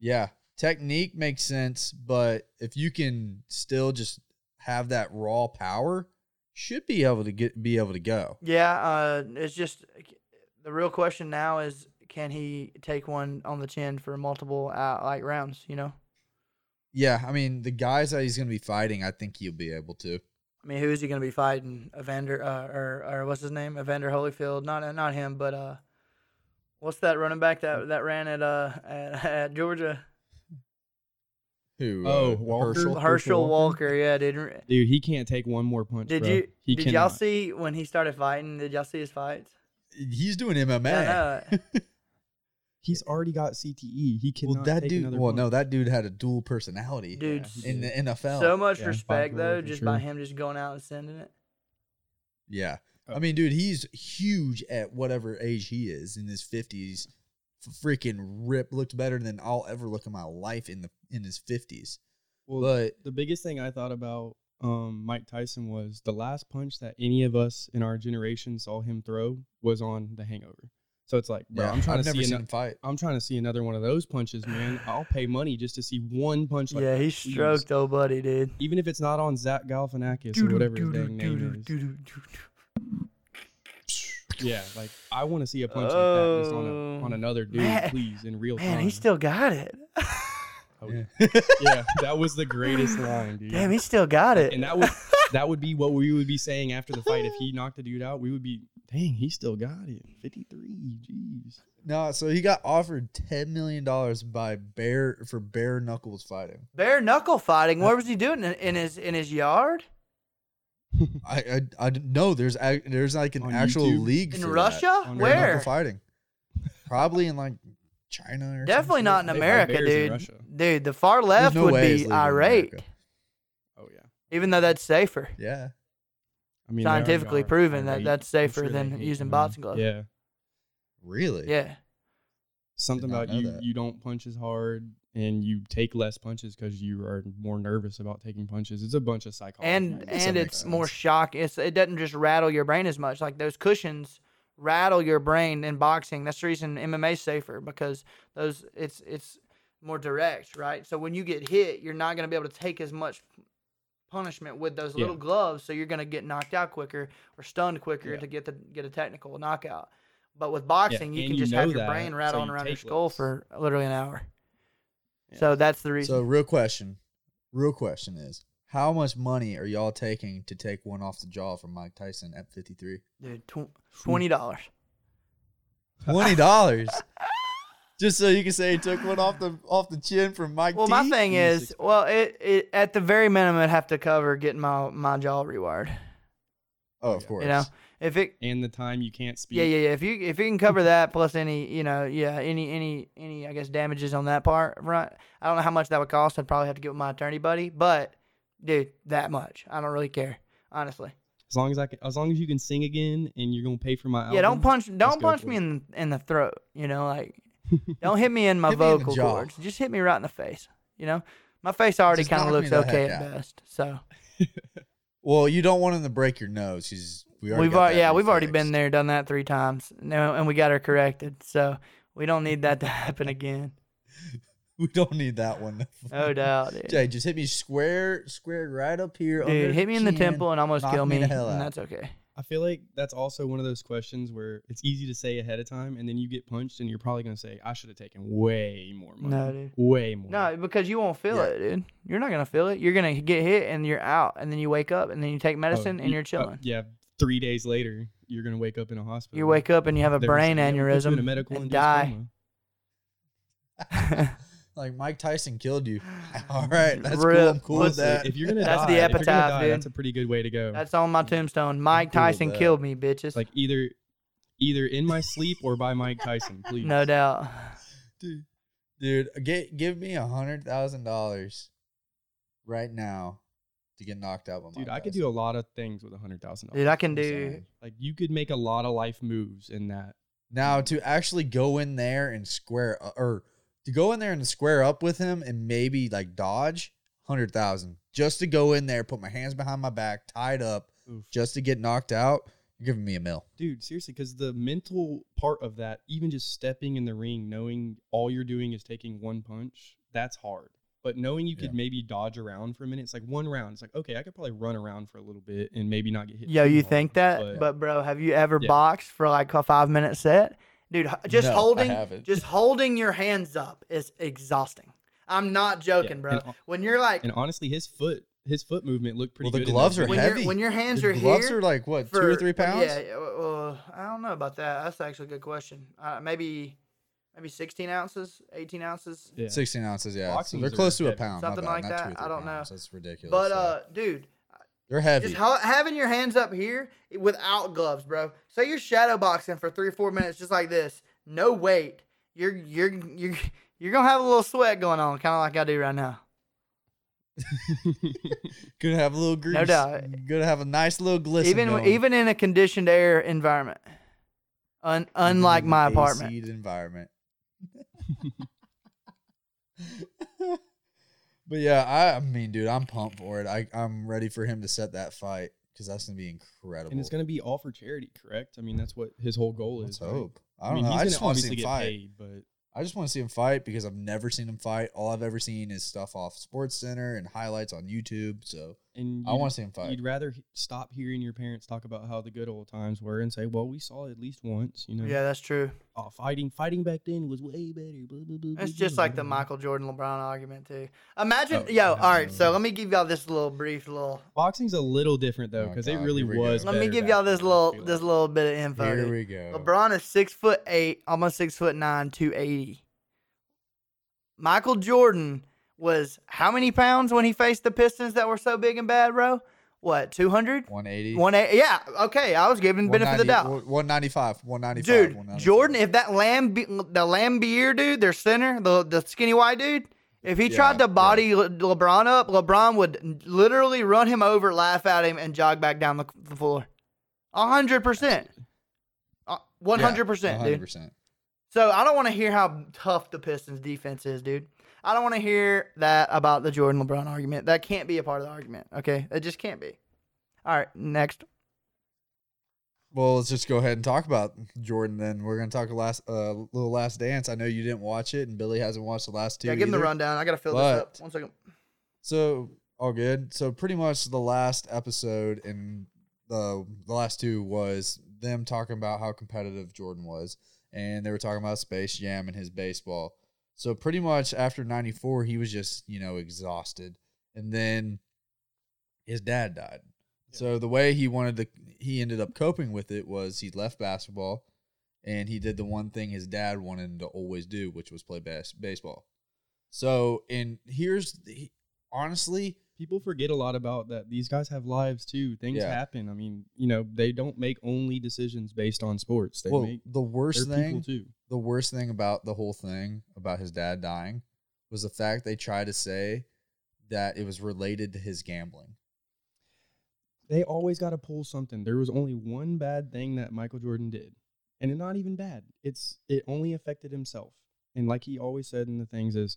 C: Yeah, technique makes sense, but if you can still just have that raw power, should be able to get be able to go.
A: Yeah, uh, it's just the real question now is can he take one on the chin for multiple uh, like rounds? You know,
C: Yeah, I mean the guys that he's going to be fighting, I think he'll be able to.
A: I mean, who is he going to be fighting? Evander uh, or or what's his name? Evander Holyfield. Not not him, but uh, what's that running back that that ran at uh at, at Georgia?
C: Who?
B: Oh,
C: uh,
B: Walker?
C: Herschel?
A: Herschel
B: Herschel Walker?
A: Walker. Yeah, dude.
B: Dude, he can't take one more punch.
A: Did
B: bro.
A: you
B: He
A: did y'all
B: cannot.
A: see when he started fighting? Did y'all see his fights?
C: He's doing MMA.
A: Yeah, I know.
B: He's already got CTE. He cannot.
C: Well, that
B: take
C: dude.
B: another
C: Well, no,
B: punch.
C: that dude had a dual personality
A: dude.
B: Yeah, he
C: in the
B: did.
C: NFL.
A: So much
B: Yeah,
A: respect
B: bipolar
A: though,
B: for
A: just by
B: sure.
A: him just going out and sending it.
C: yeah,
B: Oh.
C: I mean, dude, he's huge at whatever age he is in his fifties. Freaking rip looked better than I'll ever look in my life in the in his fifties.
B: Well,
C: But
B: the biggest thing I thought about um, Mike Tyson was the last punch that any of us in our generation saw him throw was on The Hangover. So it's like, bro,
C: yeah,
B: I'm trying
C: I've
B: to
C: never
B: see.
C: seen
B: ano-
C: him fight.
B: I'm trying to see another one of those punches, man. I'll pay money just to see one punch. Like,
A: yeah, he
B: please.
A: stroked old buddy, dude.
B: Even if it's not on Zach Galifianakis or whatever his dang name is. Yeah, like I want to see a punch like that just on,
A: Oh.
B: a, on another dude,
A: Man-
B: please, in real time.
A: Man, he still got it.
B: Oh, yeah. yeah, that was the greatest line, dude.
A: Damn, he still got it.
B: and that would that would be what we would be saying after the fight if he knocked the dude out. We would be, dang, he still got it. Fifty three, jeez.
C: No, so he got offered ten million dollars by bare for bare knuckles fighting.
A: Bare knuckle fighting. What was he doing in, in his in his yard
C: I I, I didn't- no, there's ac- there's like an
B: On
C: actual
B: YouTube?
C: league
A: in
C: for that.
A: Russia?
B: On
C: Bare knuckle
A: Where?
C: fighting. Probably in like China or some
A: Definitely
C: shit.
A: not in
B: They fight
A: America,
B: bears in
A: dude.
B: Russia.
A: Dude, the far
C: There's
A: left
C: no
A: would
C: way it's
A: be
C: legal in
A: irate,
C: America.
B: Oh yeah.
A: even though that's safer.
C: Yeah.
B: I mean, they already
A: Scientifically
B: are
A: proven that
B: irate.
A: that's
B: I'm
A: safer
B: sure they
A: than
B: hate
A: using
B: him.
A: boxing gloves.
B: Yeah.
C: Really?
A: Yeah.
B: Something
C: Did not
B: about
C: know
B: you
C: that.
B: you don't punch as hard and you take less punches because you are more nervous about taking punches. It's a bunch of psychology.
A: and
C: guess that
A: and
C: makes
A: it's more
C: sense.
A: shock. It's it doesn't just rattle your brain as much. Like those cushions rattle your brain in boxing. That's the reason MMA's safer because those it's it's more direct, right? So when you get hit, you're not going to be able to take as much punishment with those
B: Yeah.
A: little gloves. So you're going to get knocked out quicker or stunned quicker
B: Yeah.
A: to get the get a technical knockout. But with boxing, you
B: and
A: can
B: you
A: just
B: know
A: have your
B: that,
A: brain
B: so
A: rattling
B: you
A: around your
B: take
A: skull
B: less.
A: for literally an hour.
B: Yeah.
A: So that's the reason.
C: So real question, real question is, How much money are y'all taking to take one off the jaw from Mike Tyson at 53?
A: dude. Tw- Twenty dollars.
C: $20. Just so you can say he took one off the off the chin from Mike
A: Well, my
C: T?
A: thing
B: you
A: is,
B: six-pack.
A: well, it, it at the very minimum, it'd have to cover getting my my jaw rewired.
C: Oh, of course.
A: You know, if it,
B: and the time you can't speak.
A: yeah, yeah, yeah. If you if you can cover that plus any, you know, yeah, any any any, I guess damages on that part, right? I don't know how much that would cost. I'd probably have to get with my attorney buddy, but dude, that much, I don't really care, honestly.
B: As long as I can, as long as you can sing again, and you're gonna pay for my album.
A: yeah, don't punch, don't
B: go
A: punch
B: for
A: me
B: it.
A: in in the throat. You know, like don't hit me in my
C: Hit me in the
A: vocal
C: jaw.
A: cords. Just hit me right in the face. You know, my face already
C: Just
A: kind
C: knock
A: of
C: me
A: looks
C: the heck
A: okay at
C: out.
A: best, so.
C: Well, you don't want him to break your nose. He's we already
A: We've
C: got
A: al-
C: that
A: yeah, we've already
C: refixed.
A: been there, done that three times, no, and we got her corrected. So we don't need that to happen again.
C: We don't need that one.
A: No doubt, dude.
C: Jay, just hit me square, square right up here. under
A: Dude, hit me in the
C: chin.
A: temple and almost
C: knock
A: kill
C: me
A: me,
C: the hell
A: and
C: out.
A: that's okay.
B: I feel like that's also one of those questions where it's easy to say ahead of time, and then you get punched, and you're probably gonna say, "I should have taken way more money,
A: No, dude.
B: way more."
A: No, because you won't feel
C: Yeah.
A: it, dude. You're not gonna feel it. You're gonna get hit and you're out, and then you wake up and then you take
B: Oh,
A: medicine and
B: you-
A: you're
B: uh,
A: chilling.
B: yeah, three days later, you're gonna wake up in a hospital.
A: You wake up and you have a
B: They're gonna
A: brain
B: say, "Yeah, we put you in a
A: aneurysm
B: medical
A: and
B: induced
A: die.
B: coma."
C: Like Mike Tyson killed you. All right, that's cool.
A: Rip.
C: I'm cool with
A: Pussy.
C: that.
B: If you're gonna
A: That's
B: die,
A: the
B: if you're gonna
A: epitaph,
B: die,
A: dude.
B: That's a pretty good way to go.
A: That's on my tombstone. Mike
C: cool with
A: Tyson
C: that.
A: killed me, bitches.
B: It's like either, either in my sleep or by Mike Tyson. Please,
A: no doubt.
C: dude, dude, uh, get give me a hundred thousand dollars right now to get knocked out by
B: dude,
C: Mike
B: I could
C: Tyson.
B: do a lot of things with a hundred thousand
A: Dude,
B: dollars.
A: I can
C: I'm
A: do.
C: saying.
B: Like you could make a lot of life moves in that.
C: Now to actually go in there and square u- or to go in there and square up with him and maybe like dodge hundred thousand just to go in there, put my hands behind my back, tied up,
B: Oof.
C: just to get knocked out. You're giving me a mill.
B: Dude, seriously, because the mental part of that, even just stepping in the ring, knowing all you're doing is taking one punch, that's hard. But knowing you
C: Yeah.
B: could maybe dodge around for a minute, it's like one round. It's like, okay, I could probably run around for a little bit and maybe not get hit.
A: Yo,
B: too
A: you
B: hard,
A: think that? But bro, have you ever
B: Yeah.
A: boxed for like a five minute set? Dude, h- Uh, just
C: No, I
A: holding
C: haven't.
A: just holding your hands up is exhausting. I'm not joking,
B: and
A: bro.
B: hon-
A: when you're like
B: and honestly, his foot, his foot movement looked pretty
C: Well, the
B: good. in that
C: gloves are
B: video.
A: when, your
C: heavy.
A: when your hands
C: The
A: are
C: gloves
A: here
C: are like what two
A: for-
C: or three pounds?
A: Yeah, yeah, well, I don't know about that. That's actually a good question. Uh, maybe maybe 16 ounces, 18 ounces.
B: Yeah.
C: Sixteen ounces, yeah. So
B: Boxings
C: they're
B: are
C: close to a
B: heavy.
C: pound, my
A: Something
C: bad,
A: like
C: not two
A: that.
C: or three
A: I don't know.
C: pounds. That's ridiculous.
A: But
C: yeah.
A: uh, dude,
C: they're heavy.
A: Just ho- having your hands up here without gloves, bro. So you're shadow boxing for three or four minutes, just like this, no weight. You're you're you're you're gonna have a little sweat going on, kind of like I do right now.
C: Gonna have a little grease.
A: doubt.
C: Gonna have a nice little glisten.
A: even
C: going.
A: even in a conditioned air environment, Un- unlike
C: in
A: my
C: an
A: apartment.
C: AC'd environment. but yeah, I, I mean, dude, I'm pumped for it. I, I'm ready for him to set that fight because that's gonna be incredible.
B: and it's going to be all for charity, correct? I mean, that's what his whole goal
C: Let's
B: is. right?
C: hope. I
B: I,
C: don't
B: mean,
C: know.
B: he's
C: I
B: going
C: just
B: to
C: want to see
B: obviously get
C: him fight.
B: paid, but
C: I just want to see him fight because I've never seen him fight. All I've ever seen is stuff off Sports Center and highlights on YouTube. So
B: and
C: I
B: you'd-
C: want to see him fight.
B: You'd rather he- stop hearing your parents talk about how the good old times were and say, "Well, we saw it at least once." You know,
A: Yeah, that's true.
B: Oh, fighting, fighting back then was way better. Blah, blah, blah,
A: It's
B: blah,
A: just
B: blah,
A: like the
B: blah, blah.
A: Michael Jordan LeBron argument too. Imagine,
B: Oh,
A: yo. All right, so
B: absolutely.
A: let me give y'all this little brief little.
B: Boxing's a little different though,
C: Oh,
B: because it
C: God,
B: really
C: here we go.
B: was.
A: Let me
B: better
A: give
B: back
A: y'all this
B: then, I
A: little
B: feel
A: this
B: like.
A: little bit of info.
C: Here
A: dude.
C: we go.
A: LeBron is six foot eight, almost six foot nine, two eighty. Michael Jordan was how many pounds when he faced the Pistons that were so big and bad, bro? What, 200?
C: 180.
A: 180. Yeah, okay. I was giving the benefit of the doubt.
C: 195. 195.
A: Dude,
C: 195.
A: Jordan, if that Lamb, the Lambier dude, their center, the, the skinny white dude, if he
C: Yeah,
A: tried
C: yeah.
A: to body Le- LeBron up, LeBron would literally run him over, laugh at him, and jog back down the, the floor. 100%. Uh, 100%, dude.
C: 100%.
A: So I don't want to hear how tough the Pistons defense is, dude. I don't want to hear that about the Jordan LeBron argument. That can't be a part of the argument. Okay, it just can't be. All right, next.
C: Well, let's just go ahead and talk about Jordan. Then we're gonna talk a last uh, little Last Dance. I know you didn't watch it, and Billy hasn't watched the last two.
A: yeah, give him the
C: either.
A: rundown. I gotta fill this up.
C: But-
A: One second.
C: So all good. So pretty much the last episode and the the last two was them talking about how competitive Jordan was, and they were talking about Space Jam and his baseball. So pretty much after '94, he was just you know exhausted, and then his dad died. So the way he wanted to, he ended up coping with it was he left basketball, and he did the one thing his dad wanted him to always do, which was play bas- baseball. So and here's the, honestly,
B: People forget a lot about that. These guys have lives too. Things
C: Yeah.
B: happen. I mean, you know, they don't make only decisions based on sports. They
C: well,
B: make
C: the
B: they're
C: worst thing
B: people too.
C: the worst thing about the whole thing about his dad dying was the fact they tried to say that it was related to his gambling.
B: They always got to pull something. There was only one bad thing that Michael Jordan did, and it's not even bad. It's it only affected himself. And like he always said in the things is,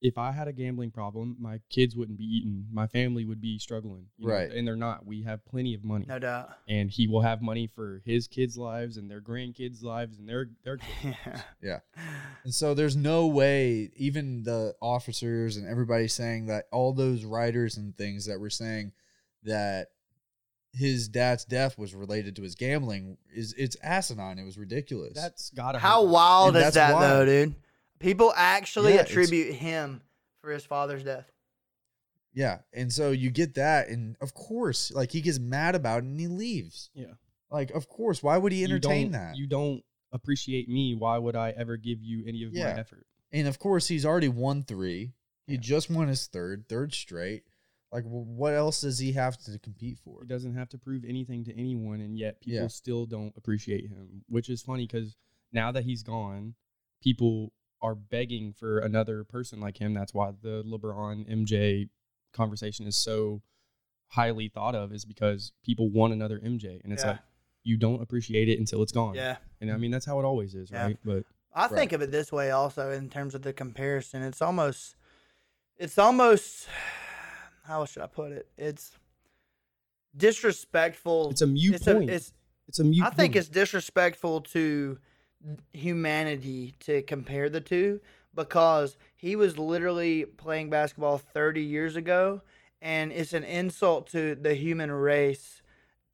B: if I had a gambling problem, my kids wouldn't be eating, my family would be struggling. you know,
C: Right.
B: and they're not. We have plenty of money.
A: No doubt.
B: and he will have money for his kids' lives and their grandkids' lives and their their kids.
A: Yeah.
C: Yeah. And so there's no way, even the officers and everybody saying that all those writers and things that were saying that his dad's death was related to his gambling is it's asinine. It was ridiculous.
B: That's gotta
A: How
B: hurt.
A: wild
C: And
A: is
C: that's
A: that
C: why.
A: though, dude? People actually
C: Yeah, it's-
A: attribute him for his father's death.
C: yeah. And so you get that, and of course, like he gets mad about it and he leaves.
B: Yeah.
C: Like, of course, why would he
B: You don't-
C: entertain that?
B: You don't appreciate me. Why would I ever give you any of
C: Yeah.
B: my effort?
C: And of course, he's already won three. He
B: Yeah.
C: just won his third, third straight. Like, wh- what else does he have to compete for?
B: He doesn't have to prove anything to anyone, and yet people
C: Yeah.
B: still don't appreciate him, which is funny because now that he's gone, people are begging for another person like him. That's why the LeBron MJ conversation is so highly thought of, is because people want another MJ, and it's
A: Yeah.
B: like you don't appreciate it until it's gone.
A: Yeah.
B: And I mean, that's how it always is,
A: Yeah.
B: right? But
A: I think of it this way also in terms of the comparison. It's almost it's almost how should I put it? It's disrespectful.
B: it's a mute
A: it's
B: point.
A: it's
B: it's a mute.
A: I think
B: point.
A: it's disrespectful to humanity to compare the two because he was literally playing basketball 30 years ago, and it's an insult to the human race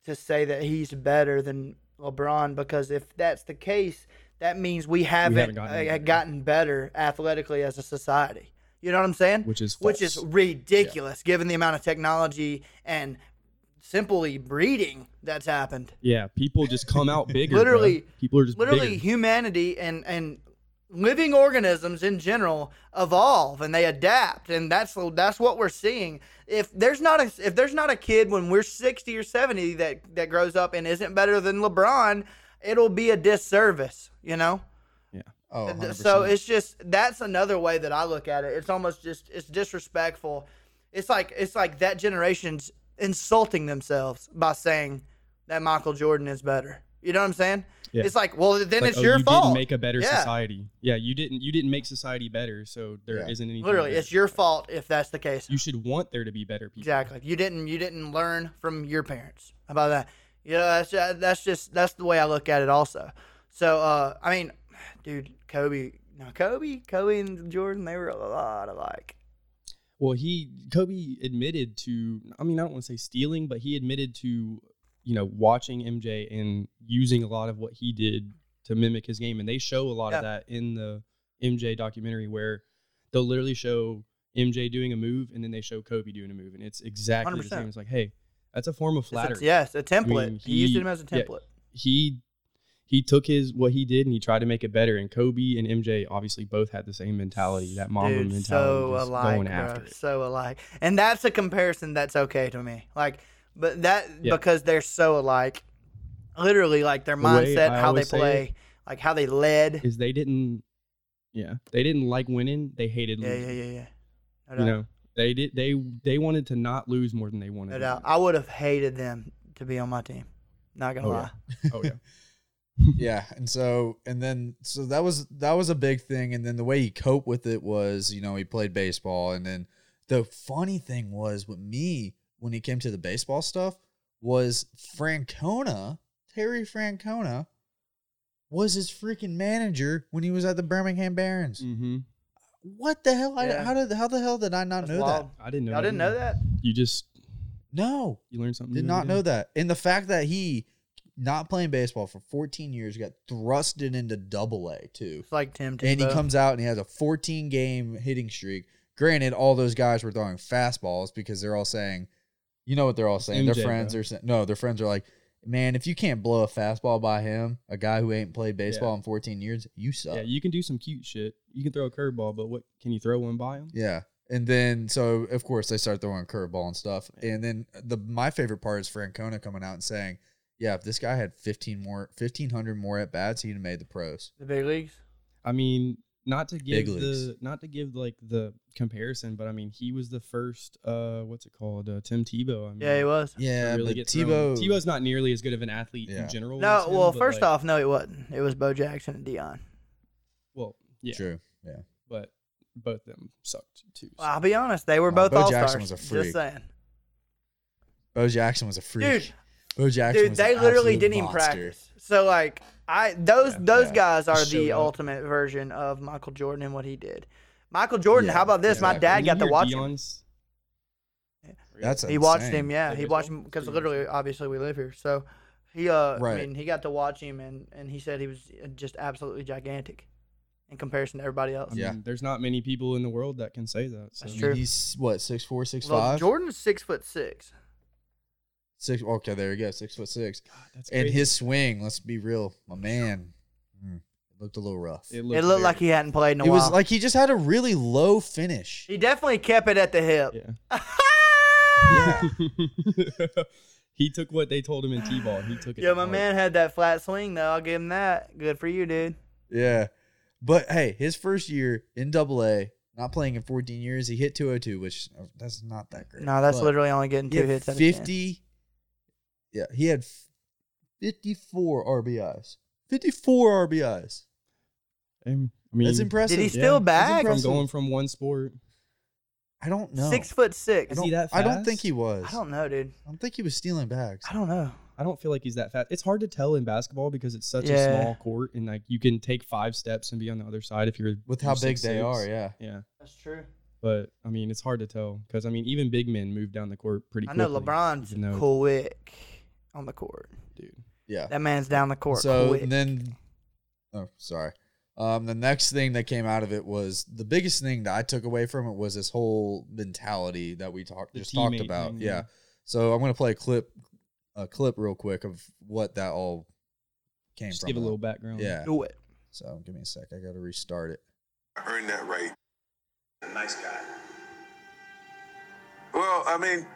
A: to say that he's better than LeBron because if that's the case, that means we haven't,
B: haven't gotten any
A: uh,
B: better.
A: gotten better athletically as a society. You know what I'm saying?
B: which is
A: which is
B: false.
A: ridiculous given the amount of technology and simply breeding that's happened.
B: yeah. People just come out bigger. bruh.
A: Literally-
B: people are just
A: Literally,
B: bigger.
A: humanity and and living organisms in general evolve and they adapt, and that's that's what we're seeing. If there's not a if there's not a kid when we're sixty or seventy that that grows up and isn't better than LeBron, it'll be a disservice. You know.
C: Oh,
A: Th-
C: 100%.
A: So it's just that's another way that I look at it. It's almost just it's disrespectful. It's like it's like that generation's insulting themselves by saying that Michael Jordan is better. You know what I'm saying?
B: Yeah.
A: It's like, well, then
B: Like,
A: it's
B: oh,
A: your
B: you
A: fault.
B: Didn't make a better
A: Yeah.
B: society. Yeah, you didn't. You didn't make society better, so there not
C: Yeah.
B: anything.
A: Literally,
B: better.
A: it's your fault if that's the case.
B: You should want there to be better people.
A: Exactly. You didn't you didn't learn from your parents How about that. You know, that's ju- that's just that's the way I look at it also. So uh I mean, dude, Kobe no Kobe, Kobe and Jordan, they were a lot alike.
B: Well, he Kobe admitted to. I mean, I don't want to say stealing, but he admitted to, you know, watching MJ and using a lot of what he did to mimic his game, and they show a lot of that in the MJ documentary where they'll literally show MJ doing a move, and then they show Kobe doing a move, and it's exactly the
A: 100%.
B: same. It's like, hey, that's a form of
A: It's a-
B: flattery.
A: yes, a template.
B: I mean,
A: he, used
B: he-
A: him as a
B: yeah.
A: template.
B: he he took his what he did and he tried to make it better. And Kobe and MJ obviously both had the same mentality, that mama
A: Dude,
B: mentality,
A: so
B: just
A: alike,
B: going
A: bro,
B: after it.
A: so alike. And that's a comparison that's okay to me. Like, but that
B: Yeah.
A: because they're so alike, literally, like their
B: The way
A: mindset, how
B: I
A: they
B: always say
A: play, like how they led.
B: Is they didn't, yeah, they didn't like winning. They hated
A: Yeah,
B: losing.
A: yeah, yeah, yeah. No
B: You
A: doubt.
B: know, they did. They they wanted to not lose more than they wanted.
A: no
B: to
A: doubt.
B: win.
A: I would have hated them to be on my team. Not gonna
B: Oh, yeah.
A: lie.
B: Oh yeah.
C: yeah, and so and then so that was that was a big thing, and then the way he coped with it was, you know, he played baseball, and then the funny thing was with me when he came to the baseball stuff was Francona, Terry Francona, was his freaking manager when he was at the Birmingham Barons.
A: Mm-hmm.
B: hmm
C: What the hell? I,
A: Mm. Yeah.
C: how did how the hell did I not
A: That's
C: know
A: wild.
C: that?
B: I didn't know.
A: Y'all didn't know that?
B: You just
C: No,
B: you learned something.
C: Did
B: new
C: not
A: Mm-hmm.
B: every
C: know
B: day.
C: that. And the fact that he, not playing baseball for 14 years, got thrusted into double A too.
A: It's like Tim Tebow.
C: And
B: uh,
C: he comes out and he has a 14 game hitting streak. Granted, all those guys were throwing fastballs because they're all saying You know what they're all
B: It's
C: saying.
B: MJ,
C: their friends
B: bro.
C: are saying, no, their friends are like, man, if you can't blow a fastball by him, a guy who ain't played baseball in 14 years, you suck.
B: Yeah,
C: Yeah.
B: you can do some cute shit. You can throw a curveball, but what can you throw one by him?
C: And then, so of course, they start throwing curveball and stuff. And then the my favorite part is Francona coming out and saying, yeah, if this guy had 15 more, 1,500 more at bats, he'd have made the pros.
A: The big leagues.
B: I mean, not to give
C: Big leagues.
B: the not to give like the comparison, but I mean, he was the first. Uh, what's it called? Uh, Tim Tebow. I mean,
A: Yeah, he was.
B: to
C: Yeah,
B: really
C: but
B: get thrown.
C: Tebow,
B: Tebow's not nearly as good of an athlete
C: Yeah.
B: in general.
A: No,
B: as him,
A: well,
B: but,
A: first
B: like-
A: off, no, it wasn't. It was Bo Jackson and Dion.
B: well, yeah,
C: true.
B: but both them sucked too. so.
A: Well, I'll be honest, they were
C: Nah,
A: both
C: Bo
A: all
C: Jackson
A: stars.
C: was a
A: Just
C: freak.
A: saying,
C: Bo Jackson was a freak.
A: dude,
C: Bo Jackson
A: dude,
C: was an
A: they literally
C: absolute
A: didn't even
C: monster.
A: practice. So like, I those
B: Yeah.
A: those
C: Yeah.
A: guys are
B: Just
A: the
B: showed up.
A: ultimate version of Michael Jordan and what he did. Michael Jordan,
C: Yeah,
A: how about this? My
C: exactly.
A: dad
B: When
A: got
B: you
A: to
B: hear
A: watch him.
B: Dion's,
C: That's
A: he watched
C: insane.
A: him. Yeah,
B: It
A: he
B: was
A: watched
B: all
A: him because
B: three.
A: literally, obviously, we live here. So he, uh,
C: Right.
A: I mean, he got to watch him, and and he said he was uh, just absolutely gigantic in comparison to everybody else.
B: I
C: Yeah.
B: mean, there's not many people in the world that can say that. So.
A: That's
C: I mean,
A: true.
C: He's what six four, six
A: Well,
C: five,
A: Jordan's six foot six.
C: six. Okay, there you go, six foot six.
B: That's
C: And
B: crazy.
C: his swing, let's be real, my man, mm, it looked a little rough. It,
A: It looked like
B: very-
A: he hadn't played in a while.
C: was like he just had a really low finish.
A: he definitely kept it at the hip.
B: Yeah. he took what they told him in T-ball. He took it.
A: Yeah,
B: to
A: my
B: heart.
A: man had that flat swing though. I'll give him that. Good for you, dude.
C: Yeah, but hey, his first year in Double A, not playing in 14 years, he hit 202, which uh, that's not that great.
A: No, that's
C: But
A: literally only getting
C: he
A: two
C: had
A: hits. out of 10.
C: 50. Yeah, he had 54 RBIs. 54 RBIs.
B: Um, I mean,
C: That's impressive.
A: Did he
B: Yeah.
A: still
B: That's
A: bag?
B: From going from one sport,
C: I don't know.
A: Six foot
C: I
A: six.
B: Is
C: don't,
B: he that
C: I don't think
B: fast?
C: he was.
A: I don't know, dude.
C: I don't think he was stealing bags.
A: I don't know.
B: I don't feel like he's that fast. It's hard to tell in basketball because it's such
A: Yeah.
B: a small court, and like you can take five steps and be on the other side if you're
C: With how
B: you're
C: big they
B: 6'6".
C: are, yeah.
B: Yeah,
A: That's true.
B: but I mean, it's hard to tell because I mean, even big men move down the court pretty.
A: I know
B: quickly,
A: LeBron's
B: even though-
A: quick on the court.
B: dude.
C: Yeah.
A: That man's down the court
C: so
A: quick.
C: and then oh sorry um the next thing that came out of it was the biggest thing that i took away from it was this whole mentality that we talked
B: The
C: just talked
B: teammate
C: about
B: thing,
C: yeah.
B: yeah.
C: so i'm gonna play a clip a clip real quick of what that all came
B: Just
C: from
B: give a little background.
C: yeah
A: Do it.
C: so give me a sec i gotta restart it
D: I earned that right.
E: a nice guy.
D: Well, I mean,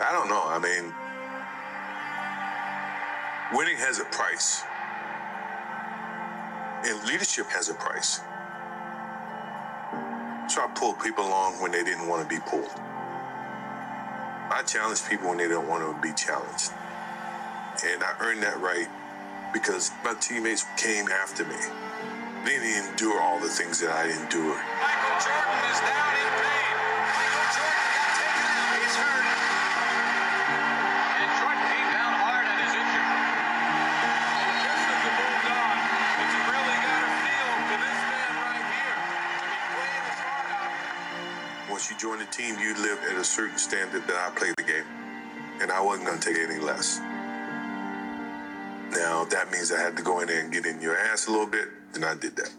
D: I don't know. I mean, winning has a price, and leadership has a price. So I pulled people along when they didn't want to be pulled. I challenged people when they don't want to be challenged. And I earned that right because my teammates came after me. They didn't endure all the things that I endured.
E: Michael Jordan is down in pain. Michael Jordan got taken out. He's hurt. And Detroit came down hard and is injured. The Pistons have moved on, but you really got to feel for this man right here to be playing his heart out.
D: Once you join the team, you live at a certain standard that I played the game, and I wasn't going to take anything less. Now, that means I had to go in there and get in your ass a little bit, and I did that.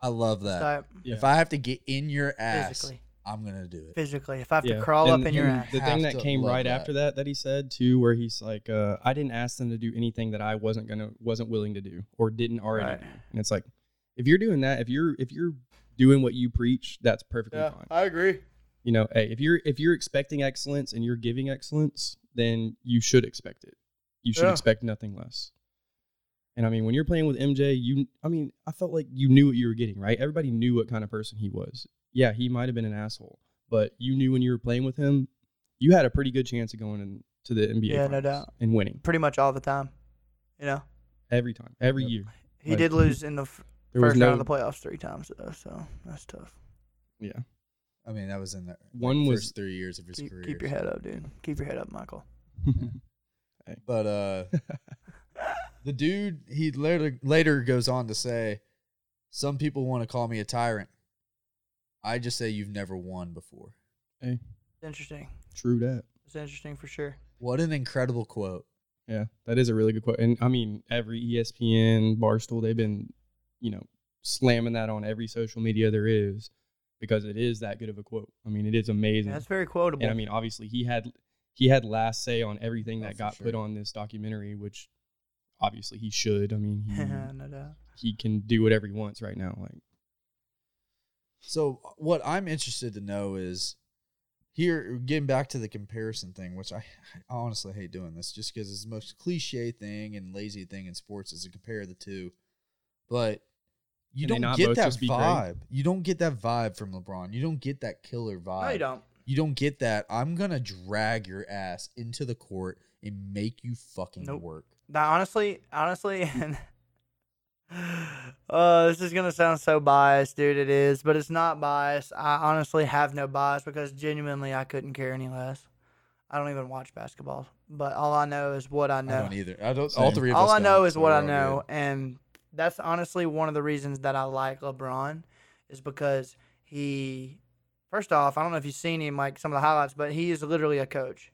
C: i love that
A: So,
B: Yeah.
C: if i have to get in your ass
A: Physically.
C: i'm gonna do it
A: physically, if I have to
B: Yeah.
A: crawl
B: And
A: up in your
B: him-
A: ass,
B: The thing
C: Have
B: that
C: to
B: came
C: love
B: right
C: that.
B: after that that he said too, where he's like, uh, "I didn't ask them to do anything that I wasn't gonna wasn't willing to do or didn't already."
A: Right.
B: Do. And it's like, if you're doing that, if you're if you're doing what you preach, that's perfectly fine.
A: I agree.
B: You know, hey, if you're if you're expecting excellence and you're giving excellence, then you should expect it. You should
A: Yeah.
B: expect nothing less. And I mean, when you're playing with MJ, you I mean, I felt like you knew what you were getting, right? Everybody knew what kind of person he was. Yeah, he might have been an asshole, but you knew when you were playing with him, you had a pretty good chance of going in, to the NBA
A: Yeah, no
B: finals
A: doubt.
B: and winning
A: Pretty much all the time. You know,
B: every time, every
C: Yep.
B: year.
A: he
B: Like, mm-hmm.
A: did lose in the f-
B: There
A: first
B: was no
A: round of the playoffs three times though, so that's tough.
B: yeah.
C: i mean that was in the
B: One was-
C: first three years of his
A: Keep,
C: career
A: keep your head up, dude. Keep your head up, Michael.
C: But uh the dude he later later goes on to say, Some people want to call me a tyrant. I just say you've never won before.
B: hey,
A: It's interesting.
B: true that.
A: It's interesting for sure.
C: What an incredible quote.
B: Yeah, that is a really good question. And I mean, every E ESPN, Barstool, they've been, you know, slamming that on every social media there is. because it is that good of a quote. I mean, it is amazing.
A: That's very quotable.
B: and I mean, obviously, he had he had last say on everything
C: Oh,
B: that
C: for
B: got
C: sure.
B: put on this documentary, which obviously he should. I mean, he,
A: no doubt.
B: he can do whatever he wants right now. Like,
C: So what I'm interested to know is here getting back to the comparison thing, which I, I honestly hate doing this just because it's the most cliche thing and lazy thing in sports is to compare the two. But you
B: Can they
C: don't
B: not
C: get
B: both
C: that
B: just be great?
C: vibe. You don't get that vibe from LeBron. You don't get that killer vibe.
A: No, you don't.
C: You don't get that. I'm gonna drag your ass into the court and make you fucking
A: Nope.
C: work.
A: Now, honestly, honestly, and uh, this is gonna sound so biased, dude. It is, but it's not biased. I honestly have no bias because genuinely, I couldn't care any less. I don't even watch basketball, but all I know is what I
C: I
A: know.
C: don't either. I don't. All
B: Same.
C: three of
A: all
C: us
A: I know
C: don't,
A: is
C: so
A: what
C: we're
A: I
C: all
A: know,
C: good.
A: and that's honestly one of the reasons that I like LeBron is because he, first off, I don't know if you've seen him like some of the highlights, but he is literally a coach.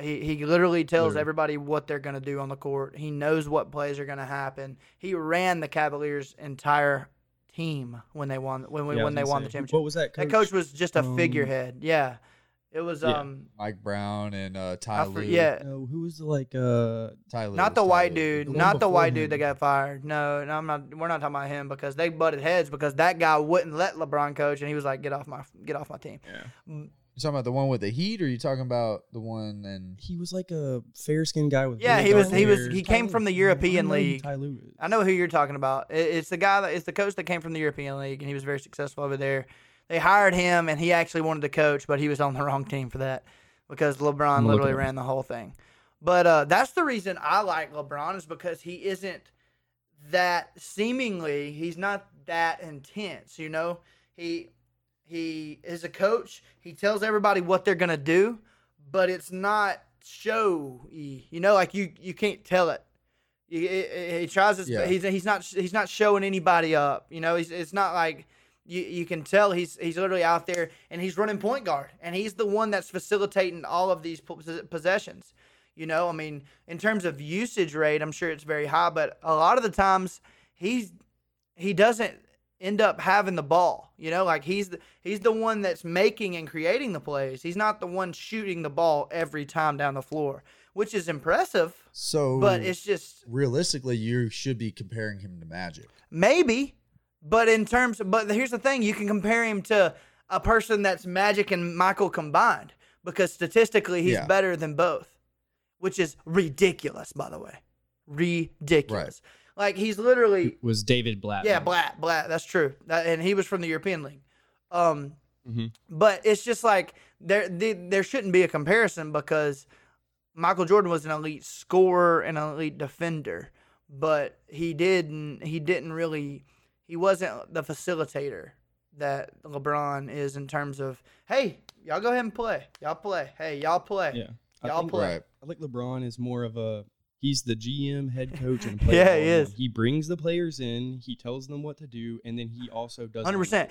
A: He he literally tells
B: Literally.
A: everybody what they're gonna do on the court. He knows what plays are gonna happen. He ran the Cavaliers' entire team when they won when we,
B: yeah, I was
A: when they
B: gonna
A: won
B: say,
A: the
B: who-
A: championship.
B: What was that? Coach?
A: that coach was just a
B: um,
A: figurehead. Yeah, it was
B: yeah.
A: um
C: Mike Brown and uh,
A: I
C: Ty
A: for,
C: Lue.
A: yeah
B: No, who was the like uh
C: Ty Lue
A: Not
C: was
A: the
C: Ty
A: white
C: Lue.
A: dude.
B: The one
A: not the
B: before
A: white dude that
B: him.
A: got fired. No, no, I'm not. We're not talking about him because they butted heads because that guy wouldn't let LeBron coach, and he was like, "Get off my, get off my team."
B: yeah.
C: You talking about the one with the heat, or you talking about the one and
B: he was like a fair skinned guy with
A: Yeah,
B: really
A: he
B: dark
A: was- he was-
B: hair.
A: he
B: Ty
A: came
B: Lue.
A: from the
B: Yeah, I
A: European
B: know who
A: league.
B: Ty Lue is.
A: I know who you're talking about. It- It's the guy that it's the coach that came from the European League, and he was very successful over there. They hired him, and he actually wanted to coach, but he was on the wrong team for that because LeBron
B: I'm looking
A: literally
B: at him.
A: ran the whole thing. But uh, that's the reason I like LeBron is because he isn't that seemingly he's not that intense. You know, he he is a coach. He tells everybody what they're gonna do, but it's not showy. You know, like you you can't tell it. He, he- he tries his.
C: Yeah.
A: He's he's not he's not showing anybody up. You know, he's it's not like you you can tell he's he's literally out there and he's running point guard and he's the one that's facilitating all of these pos- possessions. You know, I mean, in terms of usage rate, I'm sure it's very high, but a lot of the times he's he doesn't end up having the ball. You know, like he's the, he's the one that's making and creating the plays. He's not the one shooting the ball every time down the floor, which is impressive,
C: so?
A: but it's just
C: realistically, you should be comparing him to Magic.
A: maybe. But in terms, but here's the thing: you can compare him to a person that's Magic and Michael combined because statistically he's
C: Yeah.
A: better than both, which is ridiculous, by the way, ridiculous. Like he's literally
B: It was David Blatt.
A: Yeah, Blatt, Blatt. That's true. That, and he was from the European League. Um,
B: Mhm.
A: but it's just like there the, there shouldn't be a comparison because Michael Jordan was an elite scorer and an elite defender, but he didn't he didn't really he wasn't the facilitator that LeBron is in terms of hey y'all go ahead and play y'all play hey y'all play
B: Yeah. I
A: y'all
B: think-
A: play
C: Right.
B: I think LeBron is more of a he's the GM, head coach, and player.
A: Yeah,
B: all
A: he
B: in one.
A: is.
B: He brings the players in, he tells them what to do, and then he also does
A: hundred percent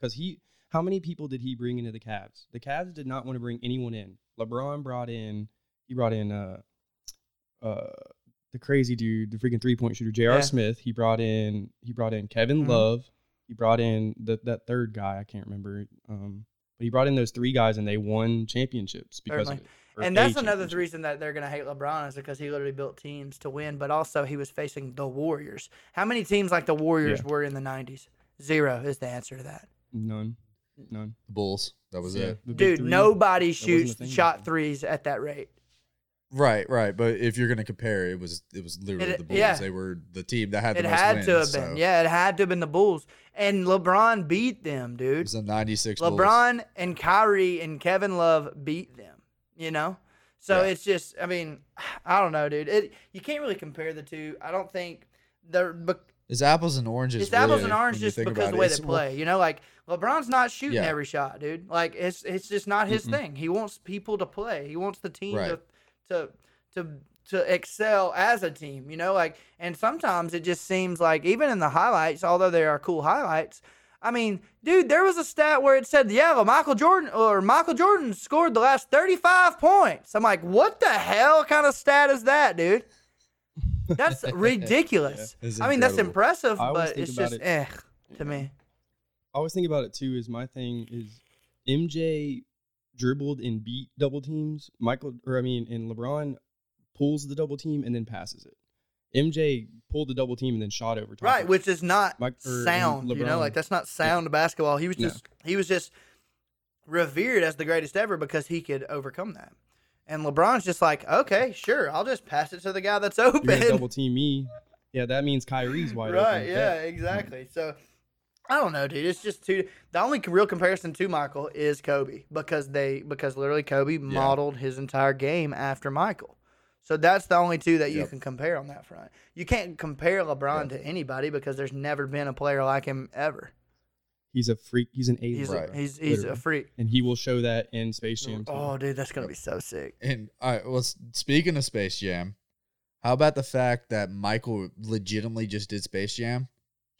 B: because he. How many people did he bring into the Cavs? The Cavs did not want to bring anyone in. LeBron brought in. He brought in uh, uh, the crazy dude, the freaking three point shooter, J.R.
A: Yeah.
B: Smith. He brought in. He brought in Kevin
A: Mhm.
B: Love. He brought in the, that third guy. I can't remember. Um, but he brought in those three guys, and they won championships because
A: Certainly.
B: of it. or
A: And
B: a
A: that's another
B: championship.
A: reason that they're going to hate LeBron is because he literally built teams to win, but also he was facing the Warriors. How many teams like the Warriors were in the 90s? Zero is the answer to that.
B: None. None.
C: The Bulls. That was it.
A: Dude, nobody
B: wasn't a
A: shoots
B: thing back
A: shot
B: then.
A: threes at that rate.
C: Right, right. But if you're gonna compare, it was it was literally
A: It-
C: the Bulls.
A: yeah.
C: They were the team that had the
A: It
C: most
A: had
C: wins,
A: to have
C: so
A: been. Yeah, it had to have been the Bulls. And LeBron beat them,
C: It
A: dude.
C: was the '96 Bulls.
A: LeBron and Kyrie and Kevin Love beat them, you know? So
C: Yeah.
A: it's just, I mean, I don't know, dude. It, you can't really compare the two. I don't think the. bec-
C: It's apples and oranges.
A: It's apples
C: really,
A: and
C: when
A: oranges
C: you
A: just
C: think
A: because of the
C: about it.
A: way
C: It's-
A: they play. You know, like LeBron's not shooting
C: Yeah.
A: every shot, dude. Like it's it's just not his
B: Mm-mm.
A: thing. He wants people to play. He wants the team
C: Right.
A: to to to to excel as a team. You know, like and sometimes it just seems like even in the highlights, although there are cool highlights. I mean, dude, there was a stat where it said, "Yeah, well, Michael Jordan or Michael Jordan scored the last 35 points." I'm like, "What the hell kind of stat is that, dude?" That's ridiculous.
C: It's
A: I mean, that's
C: incredible.
A: impressive,
B: I always
A: but
B: think
A: it's
B: about
A: just
B: it-
A: eh to me.
B: I always think about it too. Is my thing is MJ dribbled and beat double teams. Michael, or I mean, and LeBron pulls the double team and then passes it. MJ pulled the double team and then shot over top.
A: Right,
B: of it.
A: which is not
B: Mike- or, um,
A: sound, you know,
B: LeBron.
A: like that's not sound basketball. He was
B: No.
A: just he was just revered as the greatest ever because he could overcome that. And LeBron's just like, okay, sure, I'll just pass it to the guy that's
B: You're gonna
A: open.
B: double team me. Yeah, that means Kyrie's wide open.
A: Right, yeah, exactly. So I don't know, dude. It's just too the only real comparison to Michael is Kobe because they because literally Kobe modeled his entire game after Michael. So that's the only two that you
C: Yep.
A: can compare on that front. You can't compare LeBron to anybody because there's never been a player like him ever.
B: He's a freak. He's an alien,
A: He's
C: Right.
A: a, he's he's a
B: Literally.
A: freak.
B: and he will show that in Space Jam. too.
A: Oh, dude, that's gonna be so sick.
C: And all right, well, s- speaking of Space Jam, how about the fact that Michael legitimately just did Space Jam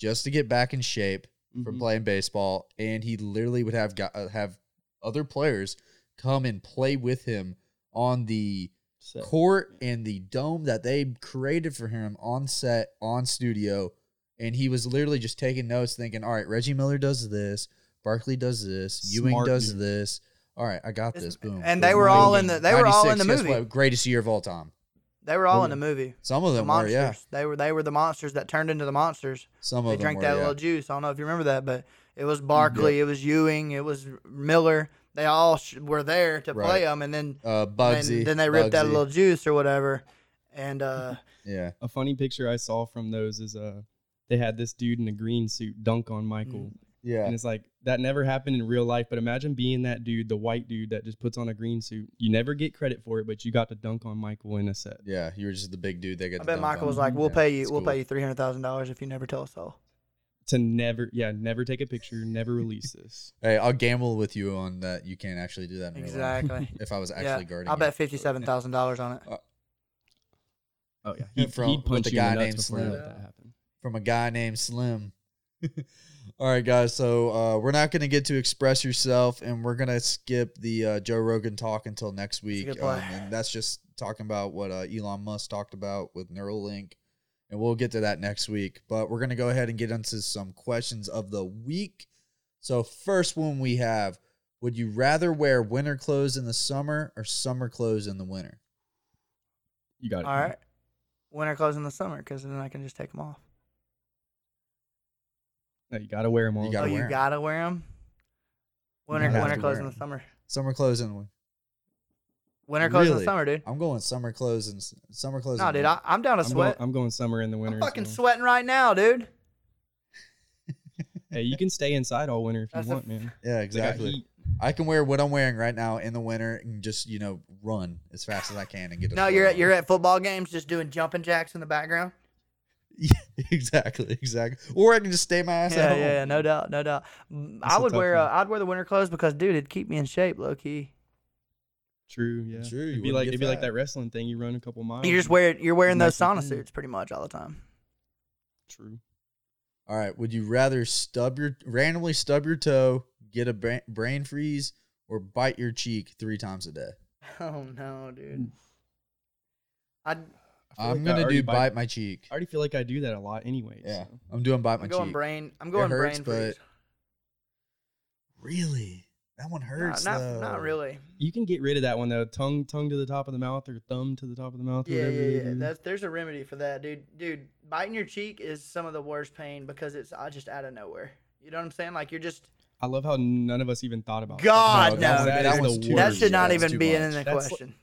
C: just to get back in shape from
B: Mhm.
C: playing baseball, and he literally would have got uh, have other players come and play with him on the
B: So-
C: court and the dome that they created for him on set on studio and he was literally just taking notes thinking all right reggie miller does this barkley does this ewing
B: Smart
C: does
B: dude.
C: this all right i got
A: It's-
C: this boom
A: and
C: Boom,
A: they were
C: boom,
A: all
C: boom.
A: in the- Uh, they were all in the
C: 96, guess
A: movie.
C: what? greatest year of all time
A: They were all
B: Oh,
A: in the movie.
C: some of
A: The
C: them were
A: monsters.
C: yeah
A: They were they were the monsters that turned into the monsters.
C: some of
A: They
C: them
A: drank
C: were,
A: that
C: yeah.
A: little juice. I don't know if you remember that, but it was Barkley, it was Ewing, it was Miller. They all sh- were there to play
C: Right.
A: them, and then
C: uh
A: then-
C: bugsy
A: Then, they ripped that
C: Bugsy,
A: little juice or whatever. And uh,
C: yeah
B: a funny picture I saw from those is uh they had this dude in a green suit dunk on
A: Mm.
B: Michael.
C: yeah
B: And it's like that never happened in real life, but imagine being that dude, the white dude that just puts on a green suit. You never get credit for it, but you got to dunk on Michael in a set.
C: yeah you were just the big dude they got
A: I
C: to
A: bet
C: dunk
A: Michael
C: on.
A: was like, "We'll
C: Yeah,
A: pay you,
C: it's
A: we'll
C: cool.
A: pay you three hundred thousand dollars if you never tell us all."
B: To never yeah, never take a picture, never release this.
C: hey i'll gamble with you on that you can't actually do that in real life.
A: Exactly.
C: if i was actually
A: yeah,
C: guarding
A: I
C: you.
A: bet fifty-seven thousand dollars on it.
B: Oh yeah.
C: He from- with the
B: in
C: guy
B: nuts
C: named
B: before he
C: Slim.
B: let that happen.
C: from a guy named Slim. All right, guys. So uh, we're not going to get to express yourself, and we're going to skip the uh, Joe Rogan talk until next week. um,
A: good plan.
C: and that's just talking about what uh, Elon Musk talked about with Neuralink, and we'll get to that next week. But we're going to go ahead and get into some questions of the week. So first one we have: Would you rather wear winter clothes in the summer or summer clothes in the winter?
B: You got it.
A: All right. Winter clothes in the summer, because then I can just take them off.
B: No, you gotta wear them all.
C: You gotta
A: oh,
C: wear
A: you
C: 'em.
A: gotta wear them. Winter
C: have
A: winter
C: to
A: clothes
C: wear
A: in the
C: 'em.
A: summer.
C: Summer clothes in the winter.
A: Winter clothes in
C: Really?
A: the summer, dude.
C: I'm going summer clothes and summer clothes.
A: No,
C: in the
A: dude,
C: winter.
A: I, I'm down to
B: I'm going,
A: sweat.
B: I'm going summer in the
A: I'm,
B: winter.
A: fucking
B: so-
A: sweating right now, dude.
B: Hey, you can stay inside all winter if
A: That's a
B: you want, man.
C: Yeah,
B: They got
C: exactly.
B: heat.
C: I can wear what I'm wearing right now in the winter and just you know run as fast as I can and get. a
A: No,
C: sweat
A: you're
C: on.
A: at you're at football games, just doing jumping jacks in the background.
C: exactly exactly. Or I can just stay my ass
A: Yeah,
C: at
A: yeah,
C: home.
A: yeah, no doubt, no doubt. Mm,
B: That's
A: I
B: a
A: would
B: tough
A: wear
B: one.
A: uh, I'd wear the winter clothes because, dude, it'd keep me in shape, low key.
B: True, yeah.
C: True, you
B: It'd be
C: wouldn't
B: like
C: get
B: it'd be like
C: fat.
B: that wrestling thing. You run a couple miles.
A: You just wear you're wearing those
B: Nice and
A: sauna
B: clean.
A: suits pretty much all the time.
B: True.
C: All right. Would you rather stub your randomly stub your toe, get a bra- brain freeze, or bite your cheek three times a day?
A: Oh no, dude. I'd,
B: I feel like
C: I'm
B: I
C: gonna
B: already
C: do bite, my cheek.
B: I already feel like I do that a lot anyway.
C: Yeah,
B: so.
C: I'm doing bite my
A: I'm going
C: cheek.
A: brain. I'm going
C: hurts,
A: brain freeze.
C: really, that one
A: Nah,
C: hurts.
A: not
C: though.
A: not really.
B: You can get rid of that one though. Tongue tongue to the top of the mouth or thumb to the top of the mouth. or
A: Yeah,
B: whatever
A: yeah,
B: they
A: yeah.
B: do.
A: That's there's a remedy for that, dude. Dude, biting your cheek is some of the worst pain because it's uh, just out of nowhere. You know what I'm saying? Like you're just
B: I love how none of us even thought about that.
A: God,
C: No,
A: no,
C: that,
A: dude.
C: that
B: is
C: one's
B: the
C: too
A: that
B: worst.
A: should not
C: That's
A: even
C: too
A: be in
C: much.
A: the
B: That's-
A: question.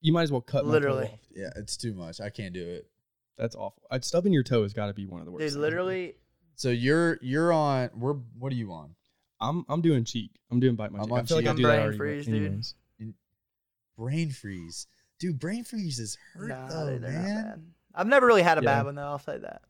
B: You might as well cut my toe
A: Literally.
B: off.
C: Yeah, it's too much. I can't do it.
B: That's awful. I'd stubbing your toe has got to be one of the worst.
A: Dude,
B: things.
A: literally,
C: So you're you're on. We're what are you on?
B: I'm I'm doing cheek. I'm doing bite my
C: I'm
B: cheek.
C: on
B: I feel like
C: cheek.
B: I
A: I'm
B: do that
A: brain
B: already.
A: freeze, dude.
B: anyways.
C: Brain freeze, dude. Brain freeze is hurt
A: nah,
C: though,
A: dude, they're not
C: man.
A: bad. I've never really had a
B: Yeah.
A: bad one though. I'll say that.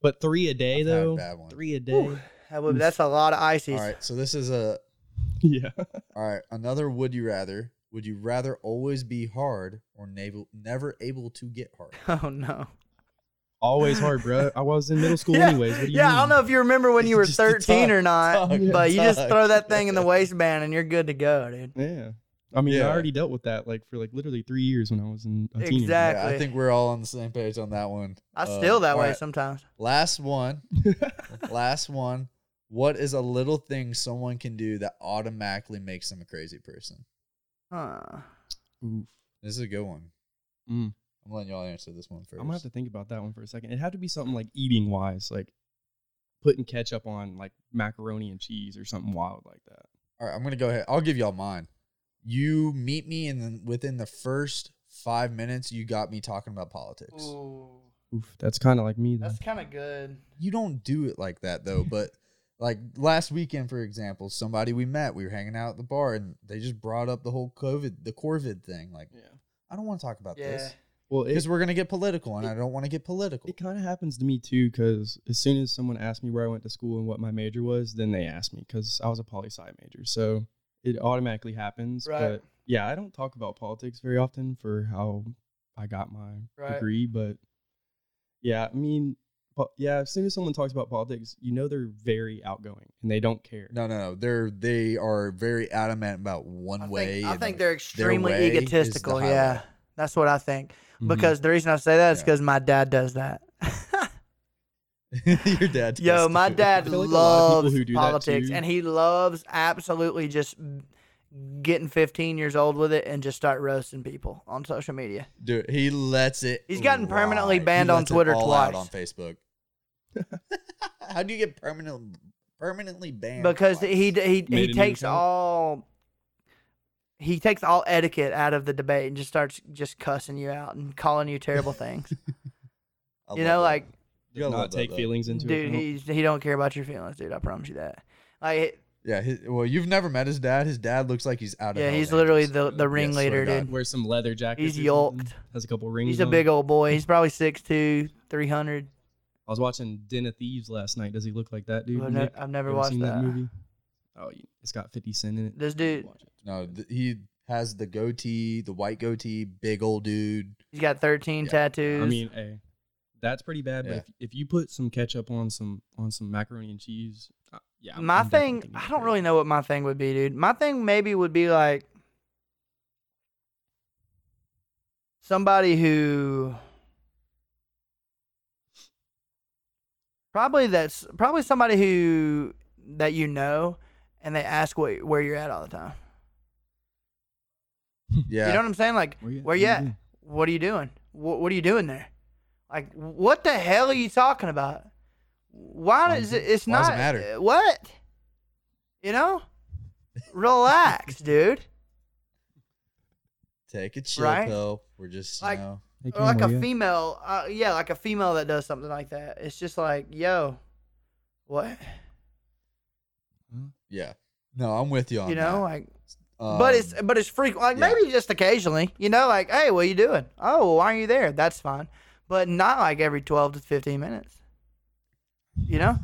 B: But three a day
C: I've had a
B: though.
C: bad one.
B: Three a day.
A: Whew, that would- that's a lot of ices.
C: All right, so this is a
B: yeah.
C: all right. Another would you rather? Would you rather always be hard or never never able to get hard?
A: Oh no.
B: Always hard, bro. I was in middle school
A: yeah,
B: anyways. What do you
A: yeah.
B: mean?
A: I don't know if you remember when you were
C: Just the
A: 13 or
C: tug,
A: not,
C: tug,
A: Uh, but you just
C: tug.
A: throw that thing in the waistband and you're good to go, dude.
B: Yeah. I mean,
C: Yeah.
B: I already dealt with that like for like literally three years when I was in a
A: Exact-
C: Yeah, I
A: Exactly.
C: think we're all on the same page on that one.
A: I
C: Uh,
A: still that
C: all
A: way
C: right,
A: sometimes.
C: Last one.
B: teenager.
C: last one. What is a little thing someone can do that automatically makes them a crazy person?
A: Huh.
B: Oof.
C: This is a good one.
B: Mm.
C: I'm letting y'all answer this one
B: I'm
C: first.
B: gonna have to think about that one for a second. It'd have to be something like eating wise, like putting ketchup on like macaroni and cheese or something wild like that.
C: All right, I'm gonna go ahead. I'll give y'all mine. You meet me, and then within the first five minutes, you got me talking about politics.
A: Ooh,
B: Oof, that's kind of like me. Though.
A: that's kind of good.
C: You don't do it like that though. But like last weekend, for example, somebody we met, we were hanging out at the bar, and they just brought up the whole COVID, the Corvid thing. Like,
B: yeah.
C: I don't want to talk about
A: Yeah.
C: this
B: Well, it,
C: because we're gonna get political, and I don't want to get political.
B: it kind of happens to me too because as soon as someone asked me where I went to school and what my major was, then they asked me because I was a poli sci major. So it automatically happens.
A: Right.
B: But yeah, I don't talk about politics very often for how I got my
A: Right.
B: degree. But yeah, I mean, po- yeah, as soon as someone talks about politics, you know they're very outgoing and they don't care.
C: No, no, no. They're they are very adamant about one
A: I think,
C: way.
A: I
C: and
A: think they're extremely
C: way is the
A: egotistical.
C: highway. Mm-hmm.
A: Yeah, that's what I think.
B: Mhm.
A: Because the reason I say that is
C: Yeah.
A: because my dad does that.
C: your dad.
A: Yo,
C: does
A: my
C: too.
A: dad
B: feel like a lot of people
A: loves
B: who do that
A: politics,
B: too.
A: and he loves absolutely just getting 15 years old with it and just start roasting people on social media.
C: Dude, he lets it.
A: He's gotten permanently
C: ride.
A: banned on
C: lets it
A: Twitter
C: all out
A: twice.
C: on Facebook. How do you get permanent, permanently banned?
A: because
C: twice?
A: he he
B: Made a
A: he
B: new
A: takes
B: account?
A: all he takes all etiquette out of the debate and just starts just cussing you out and calling you terrible things.
C: I
A: you
C: love
A: know,
C: it.
A: like
C: I
B: Does
C: love
B: not
C: that,
B: take
C: though.
B: feelings into
A: dude,
B: account.
A: he he don't care about your feelings, dude. I promise you that. Like,
C: Yeah, his, well, you've never met his dad. His dad looks like he's out of.
A: yeah,
C: Hell's
A: he's literally
C: Angels.
A: the the
C: Yeah,
A: ringleader,
C: swear to
A: dude.
B: wears some leather jacket.
A: He's
B: or something,
A: yoked.
B: Has a couple rings.
A: He's a
B: on.
A: big old boy. He's probably 6'2", 300.
B: I was watching Den of Thieves last night. Does he look like that dude?
A: I've, ne-
B: Nick?
A: I've never
B: Ever
A: watched
B: seen
A: that.
B: movie. Oh, you- it's got Fifty Cent in it.
A: This dude-
B: Watch it.
C: No, th- he has the goatee, the white goatee, big old dude.
A: He's got thirteen
C: Yeah,
A: tattoos.
B: I mean, hey, that's pretty bad.
C: Yeah.
B: But if, if you put some ketchup on some on some macaroni and cheese, uh, yeah. I'm-
A: my
B: I'm definitely
A: thing,
B: thinking
A: I
B: you're
A: don't
B: crazy.
A: really know what my thing would be, dude. My thing maybe would be like somebody who probably that's probably somebody who that you know and they ask what, where you're at all the time.
C: Yeah,
A: You know what I'm saying? Like,
B: Where you at?
A: where
B: What
A: you
B: you
A: at? What are you
B: doing?
A: doing? What, what are you doing there? Like, what the hell are you talking about? Why
B: Why
A: is
B: does
A: it? It's
C: why
A: not
C: does it matter?
A: uh, What? You know? Relax, dude.
C: take a chill
A: Right?
C: pill. We're just you
A: Like-
C: know.
B: Hey,
A: Or like
B: Cam, where
A: a
B: you at?
A: female, uh, yeah, like a female that does something like that. It's just like, yo, what?
C: Yeah, no, I'm with you on
A: you know,
C: that.
A: like,
C: Oh, Um,
A: but it's but it's frequent. Like
C: yeah.
A: maybe just occasionally, you know, like, hey, what are you doing? Oh, well, why are you there? That's fine, but not like every twelve to fifteen minutes. You know?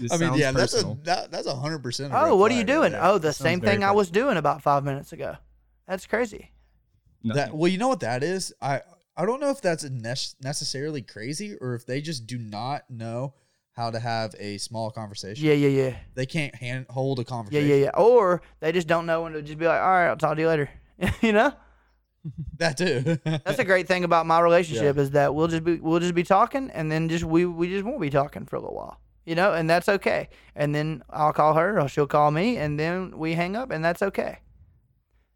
B: This
C: I mean,
B: sounds
C: yeah,
B: personal.
C: that's a that, that's a hundred percent.
A: Oh, what are you doing? Oh, the
B: Sounds
A: same
B: very
A: thing I was doing about five minutes ago. That's crazy.
B: Nothing.
C: That well, you know what that is. I I don't know if that's nes- necessarily crazy or if they just do not know how to have a small conversation.
A: Yeah, yeah, yeah,
C: They can't hand, hold a
A: yeah,
C: conversation.
A: yeah, yeah. Or they just don't know when to just be like, all right, I'll talk to you later. you know,
C: That too.
A: that's a great thing about my relationship is that we'll just be we'll just be talking, and then just we we just won't be talking for a little while. You know, and that's okay. And then I'll call her, or she'll call me, and then we hang up, and that's okay.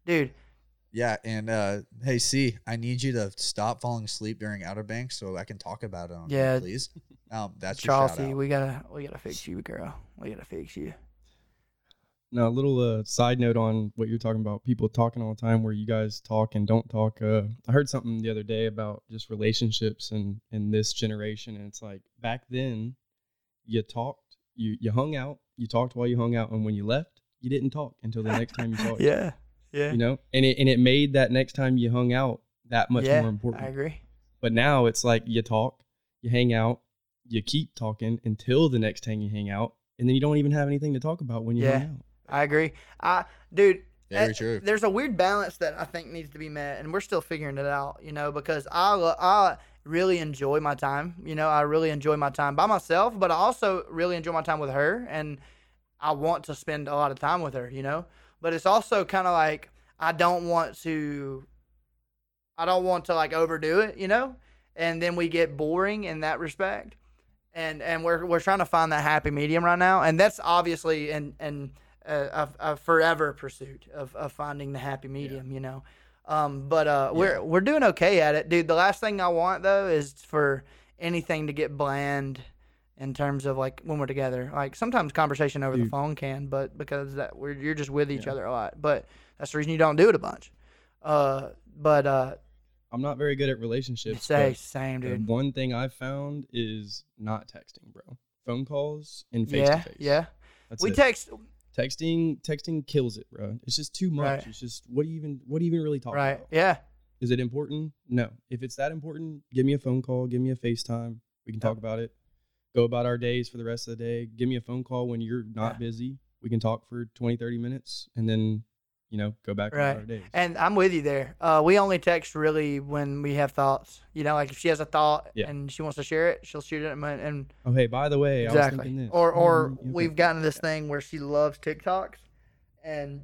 A: Dude,
C: yeah, and uh, hey, C, I need you to stop falling asleep during Outer Banks so I can talk about it on here,
A: Yeah.
C: please. Um, that's
A: Charles,
C: your
A: C,
C: shout out.
A: we gotta we gotta fix you, girl. We gotta fix you.
B: Now, a little uh, side note on what you're talking about people talking all the time, where you guys talk and don't talk. Uh, I heard something the other day about just relationships and, and this generation. And it's like back then, you talked, you, you hung out, you talked while you hung out. And when you left, you didn't talk until the next time you talked.
A: Yeah, yeah,
B: Oh, You know, and it, and it made that next time you hung out that much
A: yeah. I
B: more important.
A: agree.
B: But now it's like you talk, you hang out, you keep talking until the next time you hang out. And then you don't even have anything to talk about when you
A: Yeah.
B: hang out.
A: I agree. I dude,
C: Very
A: eh,
C: true.
A: There's a weird balance that I think needs to be met, and we're still figuring it out. You know, because I lo- I really enjoy my time. You know, I really enjoy my time by myself, but I also really enjoy my time with her, and I want to spend a lot of time with her. You know, but it's also kind of like I don't want to. I don't want to like overdo it. You know, and then we get boring in that respect. and and we're we're trying to find that happy medium right now, and that's obviously and and a, a, a forever pursuit of, of finding the happy medium, you know. Um, but uh, we're
C: Yeah.
A: we're doing okay at it, dude. The last thing I want though is for anything to get bland in terms of like when we're together. Like sometimes conversation over the
B: Dude.
A: phone can, but because that we're you're just with each
B: Yeah.
A: other a lot. But that's the reason you don't do it a bunch. Uh, but uh,
B: I'm not very good at relationships.
A: say
B: but
A: same
B: the
A: dude.
B: one thing I've found is not texting, bro. Phone calls and face
A: Yeah,
B: to face.
A: yeah.
B: That's
A: We
B: it. Oh.
A: text
B: texting texting kills it, bro. It's just too much.
A: Right.
B: It's just what do you even what do you even really talk
A: right.
B: about?
A: Yeah.
B: Is it important? No. If it's that important, give me a phone call, give me a FaceTime. We can talk about it. Go about our days for the rest of the day. Give me a phone call when you're not
A: Yeah.
B: busy. We can talk for 20, 30 minutes and then, you know, go back about
A: Right.
B: our days.
A: And I'm with you there. Uh, we only text really when we have thoughts. You know, like if she has a thought
B: Yeah.
A: and she wants to share it, she'll shoot it. And, and
B: oh, hey, by the way, I was
A: exactly.
B: thinking this.
A: Or or
B: Mm, okay.
A: we've gotten to this thing where she loves TikToks, and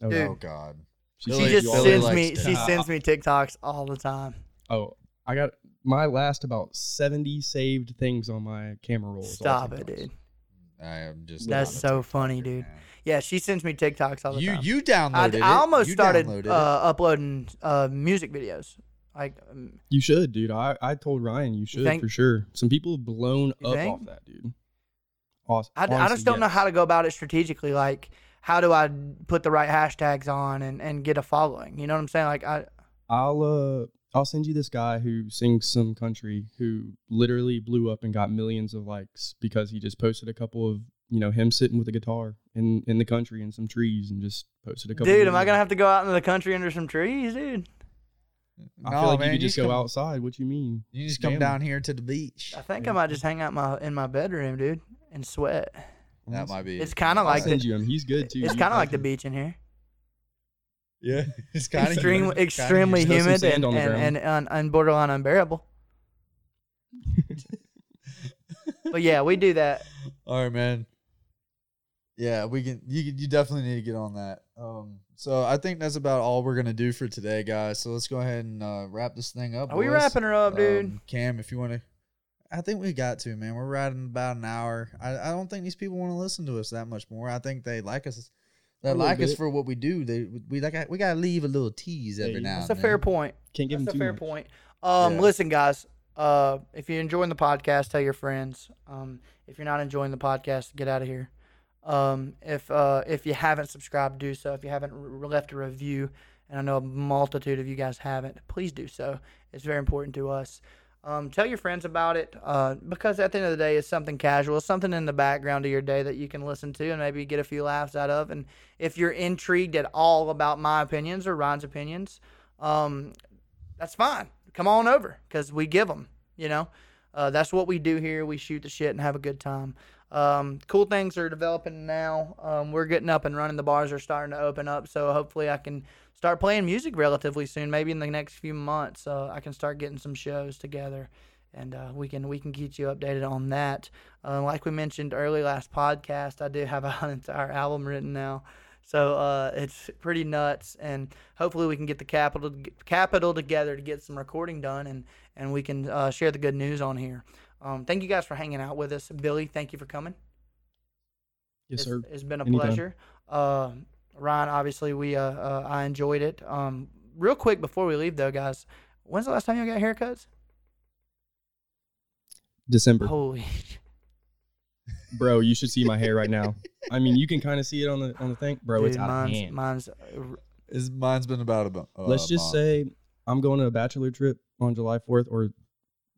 B: Oh,
A: dude,
C: Oh God.
B: she-
A: she
C: Billy-
A: just
C: Billy
A: sends
C: likes
A: me she
B: TikTok.
A: sends me TikToks all the time.
B: Oh, I got my last about 70 saved things on my camera roll. is all
A: Stop it,
B: TikToks.
A: dude.
C: I am just.
A: That's
C: not a
A: so funny,
C: TikToker,
A: dude.
C: man.
A: Yeah, she sends me TikToks all the
C: You
A: time.
C: you
A: I,
C: downloaded it.
A: I almost
C: You
A: started
C: downloaded
A: uh,
C: it.
A: uploading uh, music videos. Like, um,
B: You should, dude. I, I told Ryan you should
A: think?
B: for sure. Some people have blown
A: You
B: up
A: think?
B: off that, dude. Awesome.
A: I, I just don't know how to go about it strategically. Like, how do I put the right hashtags on and, and get a following? You know what I'm saying? Like, I
B: I'll uh I'll send you this guy who sings some country who literally blew up and got millions of likes because he just posted a couple of you know him sitting with a guitar in in the country in some trees and just posted a couple.
A: dude, am I
B: videos.
A: gonna have to go out into the country under some trees, dude?
B: I
C: No,
B: feel like
C: man,
B: you could just
C: come,
B: go outside. What you mean?
C: You just come
B: Damn.
C: down here to the beach.
A: I think I might just hang out my in my bedroom, dude, and sweat.
C: That might be.
A: It's kinda
C: I'll
B: I'll
A: like
C: send
B: send you him. He's good too.
A: it's
B: You-
A: kind of
B: I
A: like the
B: can-
A: beach in here.
C: you- Yeah, it's kind of
A: Extreme, extremely
B: Just throw some
A: humid
B: sand
A: and
B: on the
A: and,
B: ground.
A: and, and, and borderline unbearable. but yeah, we do that.
C: All right, man. Yeah, we can. You can- you definitely need to get on that. Um, so I think that's about all we're gonna do for today, guys. So let's go ahead and uh, wrap this thing up.
A: Are we
C: boys.
A: wrapping her up, dude?
C: Um, Cam, if you want to, I think we got to man. We're riding about an hour. I, I don't think these people want to listen to us that much more. I think they like us. They
B: A little
C: like us
B: bit.
C: for what we do. They we like we gotta leave a little tease every
B: Yeah,
C: now.
A: That's a
C: and
A: fair
C: then.
A: point.
B: Can't give
A: That's
B: him
A: a
B: too
A: fair
B: much.
A: point. Um,
C: Yeah.
A: listen, guys, uh, if you're enjoying the podcast, tell your friends. Um, if you're not enjoying the podcast, get out of here. Um, if uh, if you haven't subscribed, do so. If you haven't re- left a review, and I know a multitude of you guys haven't, please do so. It's very important to us. Um, tell your friends about it uh, because at the end of the day, it's something casual, it's something in the background of your day that you can listen to and maybe get a few laughs out of. And if you're intrigued at all about my opinions or Ryan's opinions, um, that's fine. Come on over because we give them, you know. Uh, that's what we do here. We shoot the shit and have a good time. Um, cool things are developing now. Um, we're getting up and running. The bars are starting to open up. So hopefully I can start playing music relatively soon. Maybe in the next few months, uh, I can start getting some shows together and uh, we can we can get you updated on that. Uh, like we mentioned early last podcast, I do have an entire album written now, so uh, it's pretty nuts. And hopefully, we can get the capital capital together to get some recording done, and and we can uh, share the good news on here. Um, thank you guys for hanging out with us, Billy. Thank you for coming.
B: Yes,
A: It's-
B: sir.
A: It's been a
B: Anytime.
A: pleasure. Uh, Ryan, obviously, we uh, uh, I enjoyed it. Um, real quick before we leave, though, guys, when's the last time you got haircuts?
B: December,
A: Holy.
B: bro. You should see my hair right now. I mean, you can kind of see it on the on the thing, bro. it's
A: Dude,
B: out
A: mine's,
B: of hand.
A: Mine's uh,
C: It's, mine's been about a. bu- uh,
B: let's just
C: month.
B: say I'm going to a bachelor trip on July 4th or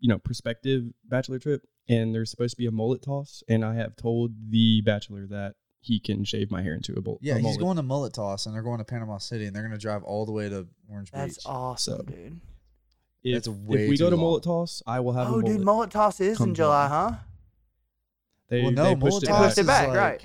B: you know prospective bachelor trip and there's supposed to be a mullet toss and I have told the bachelor that he can shave my hair into a, bul-
C: Yeah,
B: a
C: he's
B: mullet.
C: going to Mullet Toss, and they're going to Panama City, and they're going to drive all the way to Orange
A: That's
C: Beach.
A: awesome,
B: So,
A: dude.
B: if,
C: That's
B: if
C: way
B: we
C: too
B: go to
C: long.
B: mullet toss I will have
A: Oh,
B: a mullet.
A: dude, mullet toss is in
B: Comes
A: July,
B: up.
A: huh?
B: they,
C: Well, no,
B: they pushed
C: mullet
A: They
B: it
C: toss
B: back.
A: pushed it
C: is
A: back,
C: like-
A: right?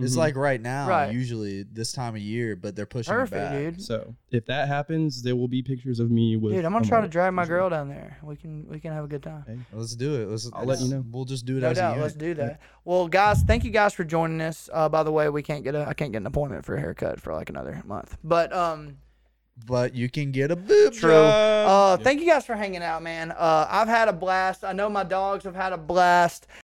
C: It's
B: Mhm.
C: like right now,
A: Right.
C: usually this time of year, but they're pushing it
A: Perfect,
C: back.
A: dude.
B: so if that happens there will be pictures of me with
A: Dude, I'm gonna
B: a
A: try to
B: mullet,
A: drag my
B: for sure.
A: girl down there. We can we can have a good time.
B: Hey,
C: Let's do it. Let's,
B: I'll let you know.
C: We'll just do it
A: No
C: as a
A: doubt,
C: unit.
A: let's do that. Well, guys, thank you guys for joining us. Uh, by the way, we can't get a I can't get an appointment for a haircut for like another month, but um,
C: but you can get a boob
A: True.
C: job.
A: Uh, Thank you guys for hanging out, man. Uh, I've had a blast. I know my dogs have had a blast.